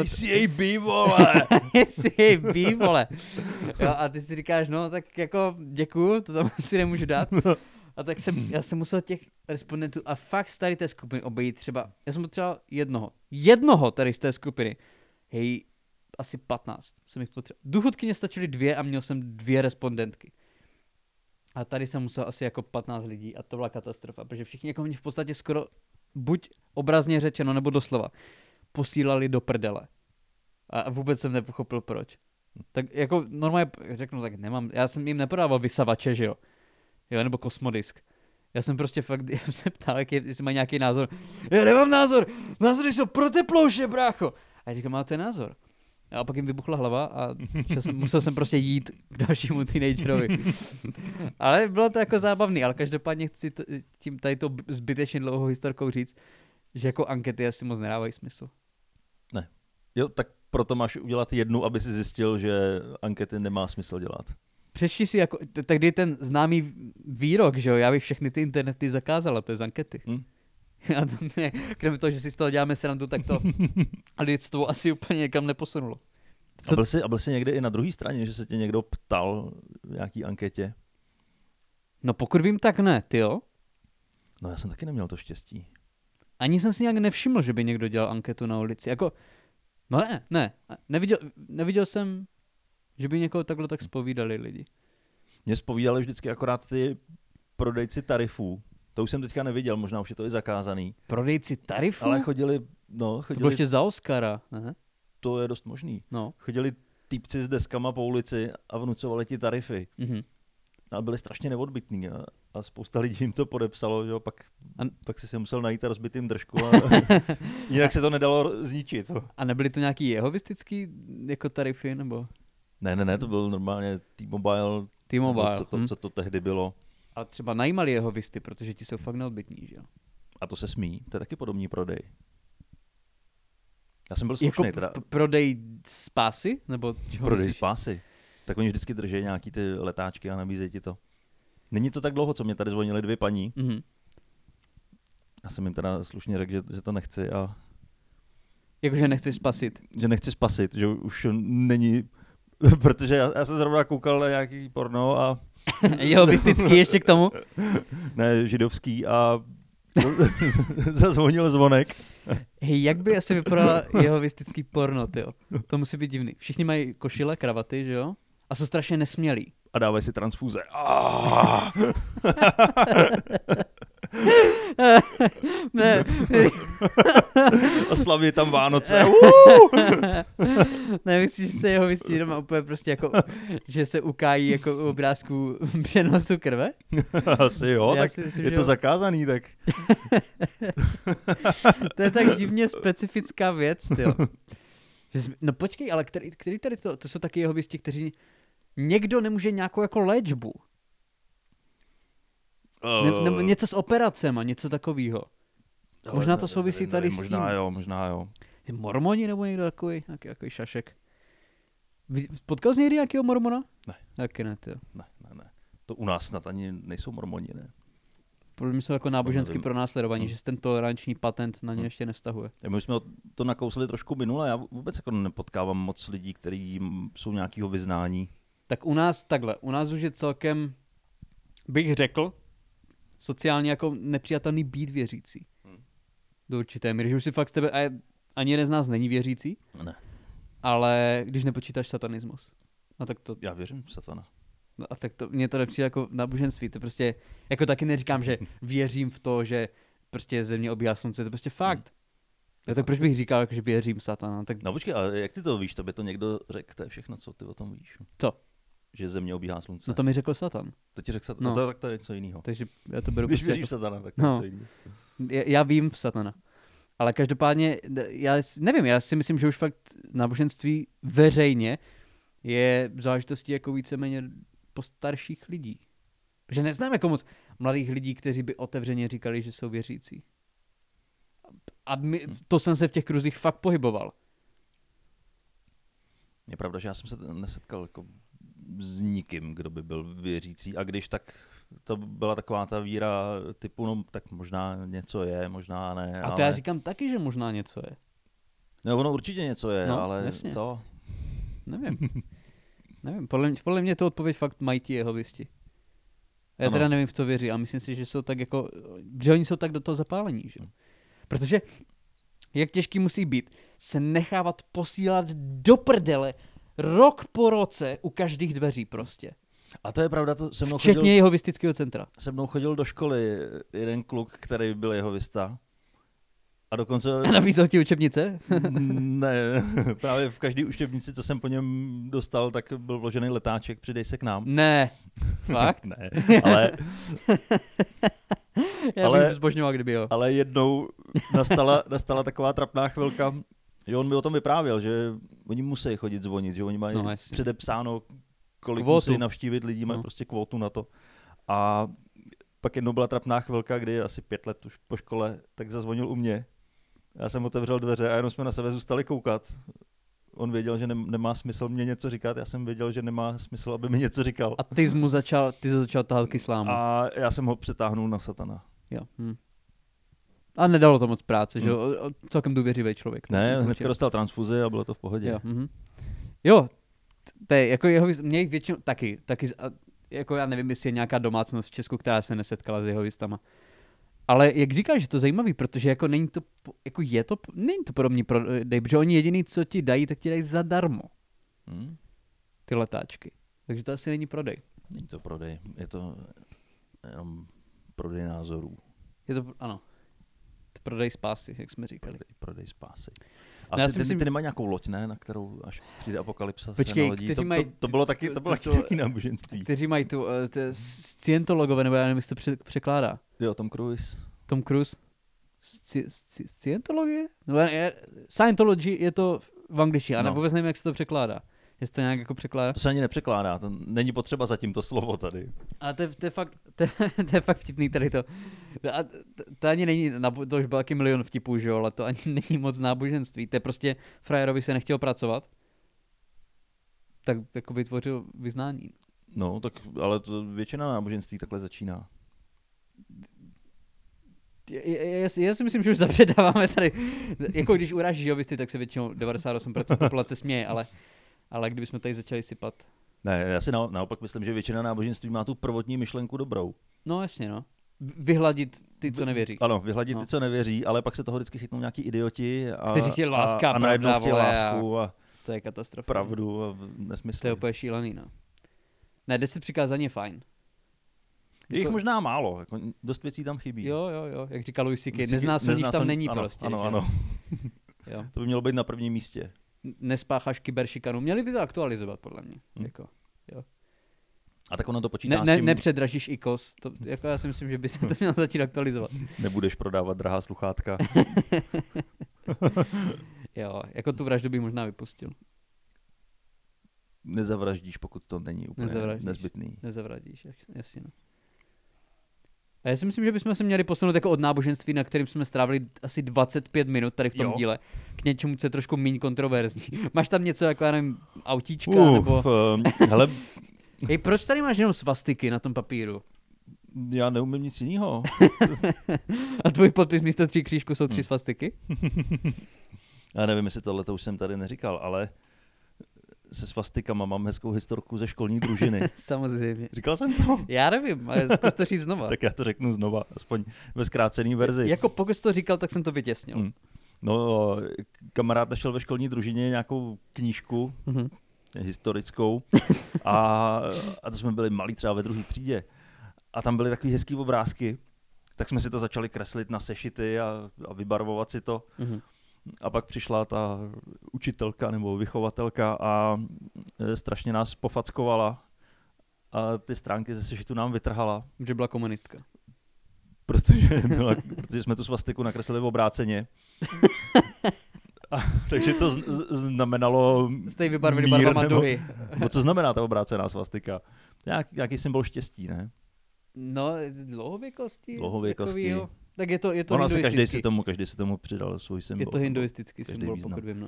[SPEAKER 1] ACAB,
[SPEAKER 2] <laughs>
[SPEAKER 1] vole!
[SPEAKER 2] si ví, vole. Jo, a ty si říkáš, no tak jako děkuju, to tam <laughs> si nemůžu dát.
[SPEAKER 1] No.
[SPEAKER 2] A tak jsem, já jsem musel těch respondentů a fakt z tady té skupiny obejít třeba, já jsem potřeboval jednoho, jednoho tady z té skupiny, hej, asi 15 jsem jich potřeboval. Důchodkyně stačily dvě a měl jsem dvě respondentky. A tady jsem musel asi jako 15 lidí a to byla katastrofa, protože všichni jako mě v podstatě skoro buď obrazně řečeno nebo doslova posílali do prdele. A vůbec jsem nepochopil proč. Tak jako normálně řeknu, tak nemám, já jsem jim nepodával vysavače, že jo? Jo, nebo kosmodisk. Já jsem prostě fakt, <laughs> já jsem se ptal, jak je, jestli má nějaký názor. Já nemám názor, názory jsou pro teplouše, brácho. A já říkám, máte názor. A pak jim vybuchla hlava a šel jsem, musel jsem prostě jít k dalšímu teenagerovi. ale bylo to jako zábavný, ale každopádně chci t- tím tady to zbytečně dlouhou historkou říct, že jako ankety asi moc nedávají smysl.
[SPEAKER 1] Jo, tak proto máš udělat jednu, aby si zjistil, že ankety nemá smysl dělat.
[SPEAKER 2] Přečti si, jako, t- tehdy ten známý výrok, že jo, já bych všechny ty internety zakázala, to je z ankety.
[SPEAKER 1] Hm.
[SPEAKER 2] Hmm. <laughs> A to ne, kromě toho, že si z toho děláme srandu, tak to lidstvo asi úplně někam neposunulo.
[SPEAKER 1] A byl, jsi, a byl jsi někde i na druhé straně, že se tě někdo ptal v nějaký anketě?
[SPEAKER 2] No pokud vím, tak ne, ty jo.
[SPEAKER 1] No já jsem taky neměl to štěstí.
[SPEAKER 2] Ani jsem si nějak nevšiml, že by někdo dělal anketu na ulici. Jako, no ne, ne. A Neviděl, neviděl jsem, že by někoho takhle tak spovídali lidi.
[SPEAKER 1] Mě spovídali vždycky akorát ty prodejci tarifů. To už jsem teďka neviděl, možná už je to i zakázaný.
[SPEAKER 2] Prodejci tarifů?
[SPEAKER 1] Ale chodili, no,
[SPEAKER 2] to bylo
[SPEAKER 1] chodili, to,
[SPEAKER 2] ještě za Oscara, ne?
[SPEAKER 1] to je dost možný.
[SPEAKER 2] No.
[SPEAKER 1] Chodili týpci s deskama po ulici a vnucovali ti tarify.
[SPEAKER 2] Mhm.
[SPEAKER 1] A byli strašně neodbytní a, a spousta lidí jim to podepsalo, že jo, pak,
[SPEAKER 2] An-
[SPEAKER 1] pak si se musel najít a rozbitým držku <laughs> a jinak se to nedalo ro- zničit.
[SPEAKER 2] A nebyly to nějaký jehovistický jako tarify, nebo
[SPEAKER 1] Ne, ne, ne, to byl normálně T-Mobile,
[SPEAKER 2] T-Mobile?
[SPEAKER 1] co to,
[SPEAKER 2] hm?
[SPEAKER 1] co to tehdy bylo.
[SPEAKER 2] Ale třeba najímali jehovisty, protože ti jsou fakt neodbytní, že jo?
[SPEAKER 1] A to se smí, to je taky podobný prodej. Já jsem byl slušný, teda
[SPEAKER 2] Jako p- prodej spásy? Nebo čeho
[SPEAKER 1] prodej
[SPEAKER 2] myslíš?
[SPEAKER 1] spásy. Tak oni vždycky drží nějaký ty letáčky a nabízejí ti to. Není to tak dlouho, co mě tady zvonili dvě paní.
[SPEAKER 2] Mhm.
[SPEAKER 1] Já jsem jim teda slušně řekl, že, že to nechci a
[SPEAKER 2] Jakože
[SPEAKER 1] <laughs>
[SPEAKER 2] nechceš spasit. <laughs>
[SPEAKER 1] že nechci spasit, že už není, <laughs> protože já, já jsem zrovna koukal na nějaký porno a <laughs>
[SPEAKER 2] jehovistický ještě k tomu?
[SPEAKER 1] ne židovský a <laughs> zazvonil zvonek.
[SPEAKER 2] Hej, jak by
[SPEAKER 1] <laughs>
[SPEAKER 2] asi vypadal jehovistický porno, jo? To musí být divný. Všichni mají košile, kravaty, že jo? A jsou
[SPEAKER 1] <laughs>
[SPEAKER 2] strašně nesmělí. <laughs>
[SPEAKER 1] a dávají si transfuze. Ah! <laughs>
[SPEAKER 2] ne,
[SPEAKER 1] <laughs>
[SPEAKER 2] <laughs>
[SPEAKER 1] A slaví tam Vánoce. <laughs>
[SPEAKER 2] <laughs> ne, myslím, že se jeho vystí doma úplně prostě jako, že se ukájí jako u obrázku <laughs> přenosu krve?
[SPEAKER 1] Asi jo,
[SPEAKER 2] Já
[SPEAKER 1] tak
[SPEAKER 2] si myslím,
[SPEAKER 1] je
[SPEAKER 2] že
[SPEAKER 1] to
[SPEAKER 2] jo.
[SPEAKER 1] zakázaný, tak
[SPEAKER 2] To je tak divně specifická věc, jo. No počkej, ale který, který tady to, to jsou taky jeho věsti, kteří někdo nemůže nějakou jako léčbu. Ne,
[SPEAKER 1] Eh.
[SPEAKER 2] nebo něco s operacema, něco takového.
[SPEAKER 1] Ale
[SPEAKER 2] možná to
[SPEAKER 1] nevím,
[SPEAKER 2] souvisí
[SPEAKER 1] nevím,
[SPEAKER 2] tady
[SPEAKER 1] nevím,
[SPEAKER 2] s tím.
[SPEAKER 1] Možná jo, možná jo.
[SPEAKER 2] Ty mormoni nebo někdo takový, nějaký, takový šašek. Vy- Potkal jsi někdy nějakého mormona?
[SPEAKER 1] Ne.
[SPEAKER 2] Taky ne, ty.
[SPEAKER 1] Ne, ne, ne. To u nás snad ani nejsou mormoni, ne?
[SPEAKER 2] Podle mě jsou jako nábožensky
[SPEAKER 1] nevím.
[SPEAKER 2] pronásledovaní,
[SPEAKER 1] Hm.
[SPEAKER 2] že se ten toleranční patent na ně
[SPEAKER 1] Hm.
[SPEAKER 2] ještě nevztahuje.
[SPEAKER 1] My už jsme to nakousli trošku minule, já vůbec jako nepotkávám moc lidí, kteří jsou nějakého vyznání.
[SPEAKER 2] Tak u nás takhle, u nás už je celkem, bych řekl, sociálně jako nepřijatelný být věřící.
[SPEAKER 1] Hm.
[SPEAKER 2] Do určité míry, že už si fakt z tebe, a je- ani jeden z nás není věřící,
[SPEAKER 1] Ne,
[SPEAKER 2] ale když nepočítáš satanismus. No tak to,
[SPEAKER 1] já věřím v satana.
[SPEAKER 2] no a tak to, mně to nepřijde jako náboženství, to prostě, jako taky neříkám, že věřím v to, že prostě země obíhá slunce, to je prostě fakt. No tak proč bych říkal, jako, že věřím v satana, tak
[SPEAKER 1] Hmm. No počkej, ale jak ty to víš? Tobě to někdo řekl, to je všechno, co ty o tom víš.
[SPEAKER 2] Co?
[SPEAKER 1] Že země obíhá slunce.
[SPEAKER 2] no to mi řekl satan.
[SPEAKER 1] to ti řekl satan.
[SPEAKER 2] no.
[SPEAKER 1] No. to, tak to je něco jiného.
[SPEAKER 2] Takže já to beru
[SPEAKER 1] Když
[SPEAKER 2] prostě
[SPEAKER 1] věříš
[SPEAKER 2] jako
[SPEAKER 1] v satana, tak to
[SPEAKER 2] No.
[SPEAKER 1] je něco jiného.
[SPEAKER 2] Já, já vím v satana. Ale každopádně, d- já s- nevím, já si myslím, že už fakt náboženství veřejně je záležitostí jako víceméně postarších lidí. Že neznám jako moc mladých lidí, kteří by otevřeně říkali, že jsou věřící. A my, to jsem se v těch kruzích fakt pohyboval.
[SPEAKER 1] Je pravda, že já jsem se t- nesetkal jako s nikým, kdo by byl věřící. A když tak to byla taková ta víra typu, no tak možná něco je, možná ne.
[SPEAKER 2] A to
[SPEAKER 1] ale...
[SPEAKER 2] já říkám taky, že možná něco je.
[SPEAKER 1] No ono určitě něco je,
[SPEAKER 2] No,
[SPEAKER 1] ale
[SPEAKER 2] jasně.
[SPEAKER 1] co?
[SPEAKER 2] Nevím. nevím, podle mě, podle mě to odpověď fakt mají ti jehovisti. A Já
[SPEAKER 1] Ano.
[SPEAKER 2] teda nevím, v co věří a myslím si, že jsou tak jako, že oni jsou tak do toho zapálení, že? jo. Protože jak těžký musí být se nechávat posílat do prdele rok po roce u každých dveří prostě.
[SPEAKER 1] A to je pravda, to se mnou,
[SPEAKER 2] Včetně
[SPEAKER 1] chodil,
[SPEAKER 2] jehovistického centra.
[SPEAKER 1] se mnou chodil do školy jeden kluk, který byl jeho vista. A dokonce,
[SPEAKER 2] A nabízel ti učebnice?
[SPEAKER 1] <laughs> ne, <laughs> právě v každé učebnici, co jsem po něm dostal, tak byl vložený letáček, přidej se k nám. <laughs>
[SPEAKER 2] ne. Fakt?
[SPEAKER 1] Ne, ale
[SPEAKER 2] Já Ale...
[SPEAKER 1] Ale-
[SPEAKER 2] bych zbožňoval, kdyby jo.
[SPEAKER 1] Ale jednou
[SPEAKER 2] <laughs>
[SPEAKER 1] nastala, nastala taková trapná chvilka, že on mi o tom vyprávěl, že oni musí chodit zvonit, že oni mají
[SPEAKER 2] No,
[SPEAKER 1] no,
[SPEAKER 2] jasně.
[SPEAKER 1] předepsáno, kolik
[SPEAKER 2] Kvótu.
[SPEAKER 1] kvótu. musí navštívit lidí, mají
[SPEAKER 2] No.
[SPEAKER 1] no. prostě kvótu na to. A pak jednou byla trapná chvilka, kdy asi pět let už po škole, tak zazvonil u mě. Já jsem otevřel dveře a jenom jsme na sebe zůstali koukat. On věděl, že nem- nemá smysl mě něco říkat, já jsem věděl, že nemá smysl, aby mi něco říkal.
[SPEAKER 2] A ty jsi mu začal, ty jsi ho začal tahat k islámu.
[SPEAKER 1] A já jsem ho přetáhnul na satana.
[SPEAKER 2] Jo. Hm. A nedalo to moc práce, že
[SPEAKER 1] Hm.
[SPEAKER 2] jo? O- o- Celkem důvěřivý člověk.
[SPEAKER 1] Ne,
[SPEAKER 2] Ten
[SPEAKER 1] hnedka
[SPEAKER 2] klučina.
[SPEAKER 1] dostal transfuzi a bylo to v pohodě.
[SPEAKER 2] Jo, mhm. jo t- to je jako jeho, mě jich většinou taky, taky, z- a- jako já nevím, jestli je nějaká domácnost v Česku, která se nesetkala s jeho vistama. Ale jak říkáš, je to zajímavý, protože jako není to, po- jako je to, po- není to podobný prodej, protože oni jediný, co ti dají, tak ti dají zadarmo
[SPEAKER 1] Hmm?
[SPEAKER 2] ty letáčky. Takže to asi není prodej.
[SPEAKER 1] Není to prodej, je to jenom prodej názorů,
[SPEAKER 2] Je to, ano, To prodej spásy, jak jsme říkali.
[SPEAKER 1] prodej, prodej spásy. A
[SPEAKER 2] No já
[SPEAKER 1] ty,
[SPEAKER 2] si
[SPEAKER 1] ty, myslím...
[SPEAKER 2] myslím-
[SPEAKER 1] ty nemají nějakou loď, ne, na kterou až přijde apokalypsa
[SPEAKER 2] Počkej,
[SPEAKER 1] se nalodí.
[SPEAKER 2] kteří
[SPEAKER 1] To,
[SPEAKER 2] mají-
[SPEAKER 1] to, to, bylo taky,
[SPEAKER 2] to-
[SPEAKER 1] to bylo
[SPEAKER 2] to-
[SPEAKER 1] taky,
[SPEAKER 2] to-
[SPEAKER 1] taky náboženství.
[SPEAKER 2] Kteří mají tu, eh, to je scientologové, nebo já nevím, jestli to pře- překládá.
[SPEAKER 1] Jo, Tom Cruise.
[SPEAKER 2] Tom Cruise? Sci- sci- Scientologie? No, já- já- Scientology je to v angličtině, ale
[SPEAKER 1] No.
[SPEAKER 2] vůbec nevím, jak se to překládá. Jestli to nějak jako překládá.
[SPEAKER 1] To se ani nepřekládá, to není potřeba zatím to slovo tady.
[SPEAKER 2] A to, je- to, je, fakt, to, je- <laughs> to je fakt vtipný tady to. No A to, to ani není, nábo- to už byl taky milion vtipů, že jo, ale to ani <laughs> není moc náboženství. To je prostě frajerovi se nechtěl pracovat, tak jako vytvořil vyznání.
[SPEAKER 1] No, tak, ale to většina náboženství takhle začíná.
[SPEAKER 2] Já, já, já si myslím, že už zapředáváme tady. Jako když urážíš žijovisty, tak se většinou 98% populace směje, ale, ale kdybychom tady začali sypat.
[SPEAKER 1] Ne, já si na, naopak myslím, že většina náboženství má tu prvotní myšlenku dobrou.
[SPEAKER 2] No jasně, no. Vyhladit ty, co nevěří.
[SPEAKER 1] Ano, vyhladit
[SPEAKER 2] No.
[SPEAKER 1] ty, co nevěří, ale pak se toho vždycky chytnou nějaký idioti. A,
[SPEAKER 2] Kteří chtějí láska,
[SPEAKER 1] a, a najednou
[SPEAKER 2] pravda,
[SPEAKER 1] chtějí
[SPEAKER 2] vole, a-
[SPEAKER 1] lásku a
[SPEAKER 2] To je katastrofa.
[SPEAKER 1] pravdu a
[SPEAKER 2] To je
[SPEAKER 1] nesmysl.
[SPEAKER 2] úplně šílený, no. Ne, deset přikázání je fajn.
[SPEAKER 1] Je jich
[SPEAKER 2] Jako-
[SPEAKER 1] možná málo, jako dost věcí tam chybí.
[SPEAKER 2] Jo, jo, jo, jak říkal Louis C.K.,
[SPEAKER 1] Prostě
[SPEAKER 2] neznásilníš tam
[SPEAKER 1] neznásiln-
[SPEAKER 2] není
[SPEAKER 1] ano,
[SPEAKER 2] prostě.
[SPEAKER 1] Ano,
[SPEAKER 2] že?
[SPEAKER 1] ano,
[SPEAKER 2] Jo.
[SPEAKER 1] to by mělo být na prvním místě.
[SPEAKER 2] Nespácháš kyberšikanu. Měli by to aktualizovat, podle mě.
[SPEAKER 1] Hm.
[SPEAKER 2] Jako.
[SPEAKER 1] A tak ono to počítá
[SPEAKER 2] Ne,
[SPEAKER 1] s
[SPEAKER 2] ne,
[SPEAKER 1] tím,
[SPEAKER 2] nepředražíš IKOS, to, jako já si myslím, že by se to mělo začít aktualizovat.
[SPEAKER 1] nebudeš prodávat drahá
[SPEAKER 2] <laughs>
[SPEAKER 1] sluchátka.
[SPEAKER 2] Jo, jako tu vraždu by možná vypustil.
[SPEAKER 1] Nezavraždíš, pokud to není úplně
[SPEAKER 2] Nezavraždíš.
[SPEAKER 1] nezbytný.
[SPEAKER 2] Nezavradíš, jak- jasně. No. A já si myslím, že bychom se měli posunout jako od náboženství, na kterým jsme strávili asi 25 minut tady v tom
[SPEAKER 1] Jo.
[SPEAKER 2] díle, k něčemu, co je trošku méně kontroverzní. <laughs> Máš tam něco jako, já nevím, autíčka,
[SPEAKER 1] Uf,
[SPEAKER 2] nebo...
[SPEAKER 1] ehm, hele,
[SPEAKER 2] Hej, proč tady máš jenom svastiky na tom papíru?
[SPEAKER 1] já neumím nic jiného.
[SPEAKER 2] A tvůj podpis místo tří křížků jsou
[SPEAKER 1] Hm.
[SPEAKER 2] tři svastiky?
[SPEAKER 1] Já nevím, jestli tohle to už jsem tady neříkal, ale se svastikama mám hezkou historku ze školní
[SPEAKER 2] <laughs>
[SPEAKER 1] družiny.
[SPEAKER 2] Samozřejmě.
[SPEAKER 1] Říkal jsem to?
[SPEAKER 2] Já nevím, ale zkus to říct
[SPEAKER 1] <laughs>
[SPEAKER 2] znova.
[SPEAKER 1] Tak já to řeknu znova, aspoň ve zkrácený verzi.
[SPEAKER 2] Jako pokud jsi to říkal, tak jsem to vytěsnil.
[SPEAKER 1] Mm. No, kamarád našel ve školní družině nějakou knížku
[SPEAKER 2] Mhm.
[SPEAKER 1] historickou a, a to jsme byli malí třeba ve druhé třídě a tam byly takový hezký obrázky, tak jsme si to začali kreslit na sešity a, a vybarvovat si to
[SPEAKER 2] Mhm.
[SPEAKER 1] a pak přišla ta učitelka nebo vychovatelka a eh, strašně nás pofackovala a ty stránky ze sešitu nám vytrhala,
[SPEAKER 2] Že byla komunistka.
[SPEAKER 1] protože, byla, protože jsme tu svastiku nakreslili v obráceně. A, takže to z, z- znamenalo
[SPEAKER 2] Jste ji vybarvili
[SPEAKER 1] mír,
[SPEAKER 2] barvama
[SPEAKER 1] nebo,
[SPEAKER 2] duhy.
[SPEAKER 1] no co znamená ta obrácená svastika? Nějak, nějaký symbol štěstí, ne?
[SPEAKER 2] No, dlouhověkosti.
[SPEAKER 1] Dlouhověkosti.
[SPEAKER 2] takovýho. Tak je to, je to
[SPEAKER 1] Ona se každý
[SPEAKER 2] hinduistický.
[SPEAKER 1] si tomu, každý si tomu přidal svůj symbol.
[SPEAKER 2] je to hinduistický
[SPEAKER 1] Každý
[SPEAKER 2] symbol,
[SPEAKER 1] význam.
[SPEAKER 2] pokud vím, no.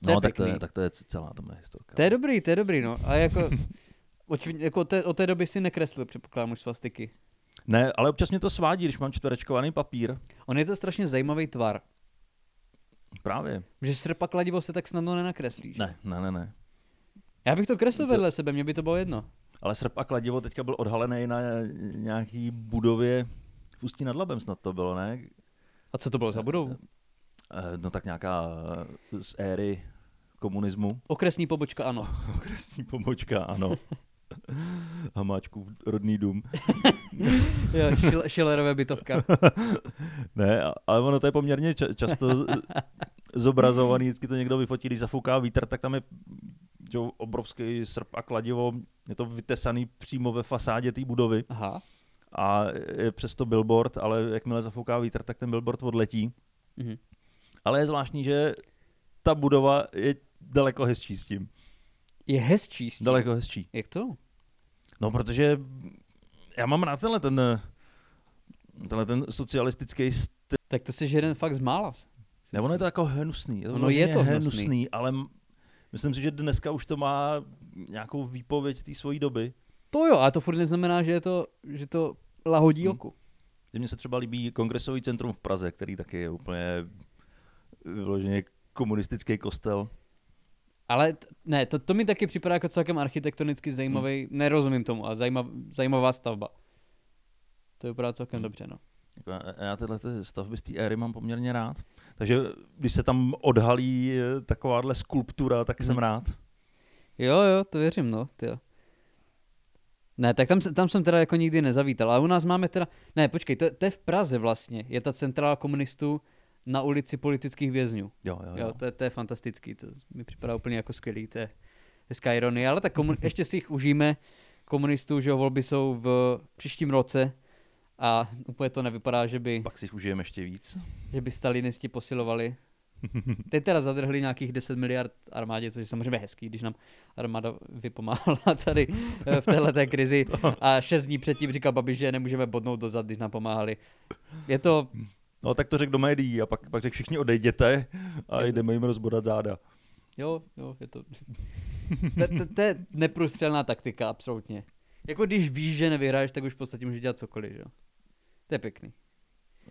[SPEAKER 2] to je
[SPEAKER 1] No, tak to, je,
[SPEAKER 2] pěkný.
[SPEAKER 1] tak to je celá ta moje historka.
[SPEAKER 2] To je dobrý, to je dobrý, no. A jako, <laughs> očividně, jako té, od té doby si nekreslil, předpokládám, už svastiky.
[SPEAKER 1] Ne, ale občas mě to svádí, když mám čtverečkovaný papír.
[SPEAKER 2] On je to strašně zajímavý tvar,
[SPEAKER 1] Právě.
[SPEAKER 2] že srpa kladivo se tak snadno nenakreslíš.
[SPEAKER 1] Ne, ne, ne, ne.
[SPEAKER 2] Já bych to kreslil
[SPEAKER 1] To-
[SPEAKER 2] vedle sebe, mě by to bylo jedno.
[SPEAKER 1] Ale srp a kladivo teďka byl odhalený na nějaký budově v Ústí nad Labem snad to bylo, ne?
[SPEAKER 2] A co to bylo za budovu?
[SPEAKER 1] Eh, No tak nějaká eh, z éry komunismu. <laughs>
[SPEAKER 2] Okresní pobočka, ano.
[SPEAKER 1] Okresní pobočka, ano. Hamáčkův rodný dům.
[SPEAKER 2] Jo, Schil-
[SPEAKER 1] <laughs>
[SPEAKER 2] Schillerové bytovka.
[SPEAKER 1] Ne, a- ale ono to je poměrně ča- často z- zobrazovaný, vždycky to někdo vyfotí, když zafouká vítr, tak tam je že, jo, obrovský srp a kladivo, je to vytesaný přímo ve fasádě té budovy
[SPEAKER 2] Aha.
[SPEAKER 1] a je přesto billboard, ale jakmile zafouká vítr, tak ten billboard odletí.
[SPEAKER 2] Mhm.
[SPEAKER 1] Ale je zvláštní, že ta budova je daleko hezčí s tím.
[SPEAKER 2] Je hezčí s tím.
[SPEAKER 1] Daleko hezčí.
[SPEAKER 2] Jak to?
[SPEAKER 1] No, protože já mám rád tenhle ten, eh, tenhle ten socialistický styl.
[SPEAKER 2] Tak to jsi jeden fakt z mála.
[SPEAKER 1] Ne, ono je to jako hnusný. Je to,
[SPEAKER 2] Ono
[SPEAKER 1] vyloženě
[SPEAKER 2] No, je to hnusný.
[SPEAKER 1] hnusný, ale m- myslím si, že dneska už to má nějakou výpověď té svojí doby.
[SPEAKER 2] To jo, ale to furt neznamená, že je to, že to lahodí
[SPEAKER 1] Hm.
[SPEAKER 2] oku.
[SPEAKER 1] Že Mně se třeba líbí kongresový centrum v Praze, který taky je úplně vyloženě komunistický kostel.
[SPEAKER 2] Ale t- ne, to, to mi taky připadá jako celkem architektonicky zajímavý, nerozumím tomu, ale zajímav, zajímavá stavba. To vypadá celkem dobře, no.
[SPEAKER 1] Jako já- Já tyhle ty stavby z té éry mám poměrně rád. Takže když se tam odhalí eh, takováhle skulptura, tak jsem
[SPEAKER 2] Mhm.
[SPEAKER 1] rád.
[SPEAKER 2] Jo, jo, to věřím, no, ty jo. Ne, tak tam, se- tam jsem teda jako nikdy nezavítal, ale u nás máme teda, ne, počkej, to, to je v Praze vlastně, je ta centrála komunistů na ulici politických vězňů.
[SPEAKER 1] Jo, jo, jo.
[SPEAKER 2] Jo, to je, to je fantastický, to mi připadá úplně jako skvělý, to je hezká ironie, ale tak
[SPEAKER 1] <laughs>
[SPEAKER 2] komun- ještě si jich užijeme, komunistů, že jo, volby jsou v příštím roce a úplně to nevypadá, že by,
[SPEAKER 1] Pak si jich užijeme ještě víc.
[SPEAKER 2] že by
[SPEAKER 1] <laughs>
[SPEAKER 2] stalinisti posilovali. Teď teda zadrhli nějakých 10 miliard armádě, což je samozřejmě hezký, když nám armáda vypomáhala tady eh, v
[SPEAKER 1] <laughs>
[SPEAKER 2] této krizi a šest dní předtím říkal Babiš, že nemůžeme bodnout dozad, když nám pomáhali. Je to,
[SPEAKER 1] No tak to řekl do médií a pak, pak řekl všichni odejděte a jdeme jim rozbodat záda.
[SPEAKER 2] Jo, jo, je to... <laughs> To- to- To je neprůstřelná taktika, absolutně. Jako když víš, že nevyhraješ, tak už v podstatě můžeš dělat cokoliv, že jo. To je pěkný.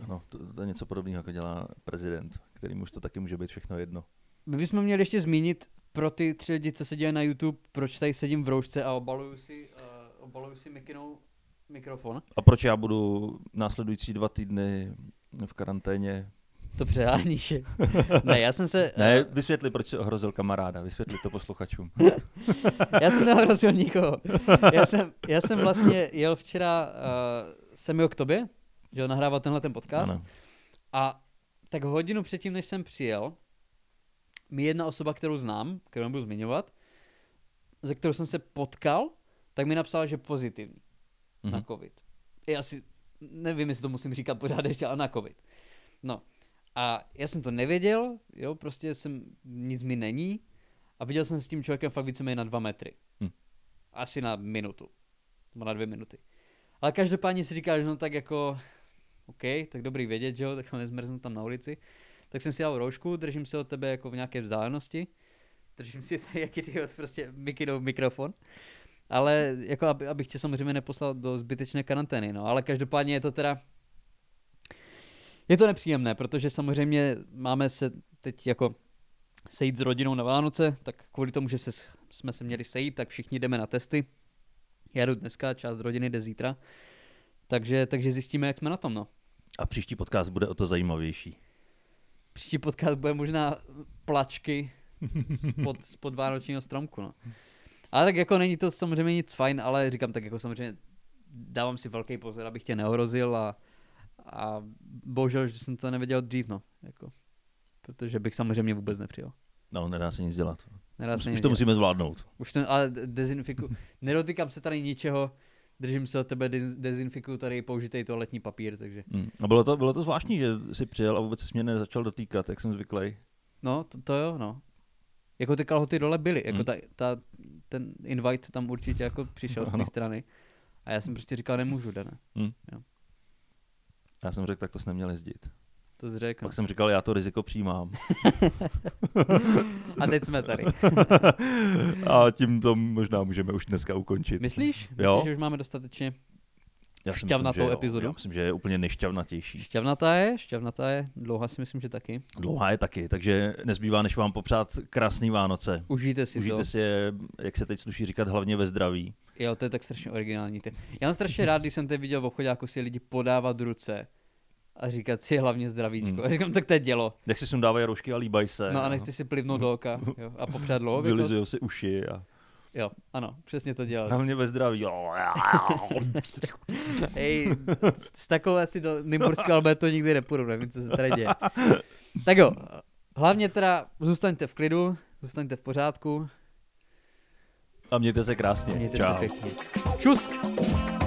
[SPEAKER 1] Ano, to, to je něco podobného, jako dělá prezident, kterým už to taky může být všechno jedno.
[SPEAKER 2] My bychom měli ještě zmínit pro ty tři lidi, co se děje na YouTube, proč tady sedím v roušce a obaluju si, uh, obaluju si mikinou mikrofon.
[SPEAKER 1] A proč já budu následující dva týdny v karanténě?
[SPEAKER 2] To přeháníš. <laughs> ne, já jsem se...
[SPEAKER 1] Ne,
[SPEAKER 2] eh,
[SPEAKER 1] vysvětli, proč si ohrozil kamaráda, vysvětli to posluchačům.
[SPEAKER 2] Já jsem neohrozil nikoho. Já jsem, já jsem vlastně jel včera, uh, jsem jel k tobě, že jo, nahrával tenhle ten podcast.
[SPEAKER 1] Ano.
[SPEAKER 2] A tak hodinu předtím, než jsem přijel, mi jedna osoba, kterou znám, kterou nebudu zmiňovat, ze kterou jsem se potkal, tak mi napsala, že pozitivní mm-hmm. na
[SPEAKER 1] Mhm.
[SPEAKER 2] covid. Já si nevím, jestli to musím říkat pořád ještě, ale na covid. No a já jsem to nevěděl, jo, prostě jsem, nic mi není a viděl jsem se s tím člověkem fakt víceméně na dva metry.
[SPEAKER 1] Hm.
[SPEAKER 2] Asi na minutu, nebo na dvě minuty. Ale každopádně si říkáš, no tak jako, OK, tak dobrý vědět, že jo, tak nezmrznu tam na ulici. Tak jsem si dal roušku, držím se od tebe jako v nějaké vzdálenosti. Držím si tady jak idiot prostě mikino, mikrofon. Ale jako aby, abych tě samozřejmě neposlal do zbytečné karantény, no. Ale každopádně je to teda, je to nepříjemné, protože samozřejmě máme se teď jako sejít s rodinou na Vánoce, tak kvůli tomu, že se, s- jsme se měli sejít, tak všichni jdeme na testy. Já jdu dneska, část rodiny jde zítra. Takže, takže zjistíme, jak jsme na tom, no.
[SPEAKER 1] A příští podcast bude o to zajímavější.
[SPEAKER 2] Příští podcast bude možná plačky
[SPEAKER 1] <laughs>
[SPEAKER 2] spod, spod vánočního stromku, no. Ale tak jako není to samozřejmě nic fajn, ale říkám tak jako samozřejmě dávám si velký pozor, abych tě neohrozil a, a bohužel, že jsem to nevěděl dřív, no. Jako, protože bych samozřejmě vůbec nepřijel.
[SPEAKER 1] No, nedá se nic dělat.
[SPEAKER 2] Nedá
[SPEAKER 1] Už,
[SPEAKER 2] se
[SPEAKER 1] už
[SPEAKER 2] nic
[SPEAKER 1] to
[SPEAKER 2] dělat.
[SPEAKER 1] musíme zvládnout.
[SPEAKER 2] Už ten, ale
[SPEAKER 1] <laughs>
[SPEAKER 2] de- dezinfiku, nedotýkám se tady ničeho, držím se od tebe, dez- dezinfikuju tady použitej toaletní papír, takže.
[SPEAKER 1] Mm. A bylo to, bylo to zvláštní, že jsi přijel a vůbec se mě nezačal dotýkat, jak jsem zvyklý.
[SPEAKER 2] No, to, to jo, no. Jako ty kalhoty dole byly, jako
[SPEAKER 1] Hmm.
[SPEAKER 2] ta, ta, ten invite tam určitě jako přišel z té
[SPEAKER 1] Ano.
[SPEAKER 2] strany. A já jsem prostě říkal, nemůžu, Dana.
[SPEAKER 1] Já jsem řekl, tak to jsi neměl jezdit.
[SPEAKER 2] To jsi řekl.
[SPEAKER 1] Pak jsem říkal, já to riziko přijímám.
[SPEAKER 2] A teď
[SPEAKER 1] <laughs>
[SPEAKER 2] jsme tady.
[SPEAKER 1] a tím to možná můžeme už dneska ukončit.
[SPEAKER 2] Myslíš? Myslíš,
[SPEAKER 1] Jo.
[SPEAKER 2] že už máme dostatečně?
[SPEAKER 1] Já si
[SPEAKER 2] šťavnatou
[SPEAKER 1] myslím, že jo.
[SPEAKER 2] epizodu?
[SPEAKER 1] Já myslím, že je úplně nešťavnatější.
[SPEAKER 2] Šťavnatá je, šťavnatá je. Dlouhá si myslím, že taky.
[SPEAKER 1] Dlouhá je taky, takže nezbývá, než vám popřát krásný Vánoce.
[SPEAKER 2] Užijte si to.
[SPEAKER 1] Užijte si je, jak se teď sluší říkat, hlavně ve zdraví.
[SPEAKER 2] Jo, to je tak strašně originální. Ty. Já jsem strašně rád, když jsem teď viděl v obchodě, jako si lidi podávat ruce a říkat si hlavně zdravíčko.
[SPEAKER 1] Mm.
[SPEAKER 2] A říkám, tak to je dělo.
[SPEAKER 1] Nech si sundávají roušky a líbají se. No.
[SPEAKER 2] No a nechci si plivnout do oka jo, a popřát dlouhověkost.
[SPEAKER 1] Vylizují si uši a
[SPEAKER 2] Jo, ano, přesně to dělal.
[SPEAKER 1] hlavně ve
[SPEAKER 2] <laughs>
[SPEAKER 1] zdraví.
[SPEAKER 2] Hej, s takovou asi do Nymburského Alberto nikdy nepůjdu, nevím, co se tady děje. Tak jo, hlavně teda zůstaňte v klidu, zůstaňte v pořádku,
[SPEAKER 1] A mějte se krásně.
[SPEAKER 2] mějte
[SPEAKER 1] Čau.
[SPEAKER 2] se pěkně. Čus!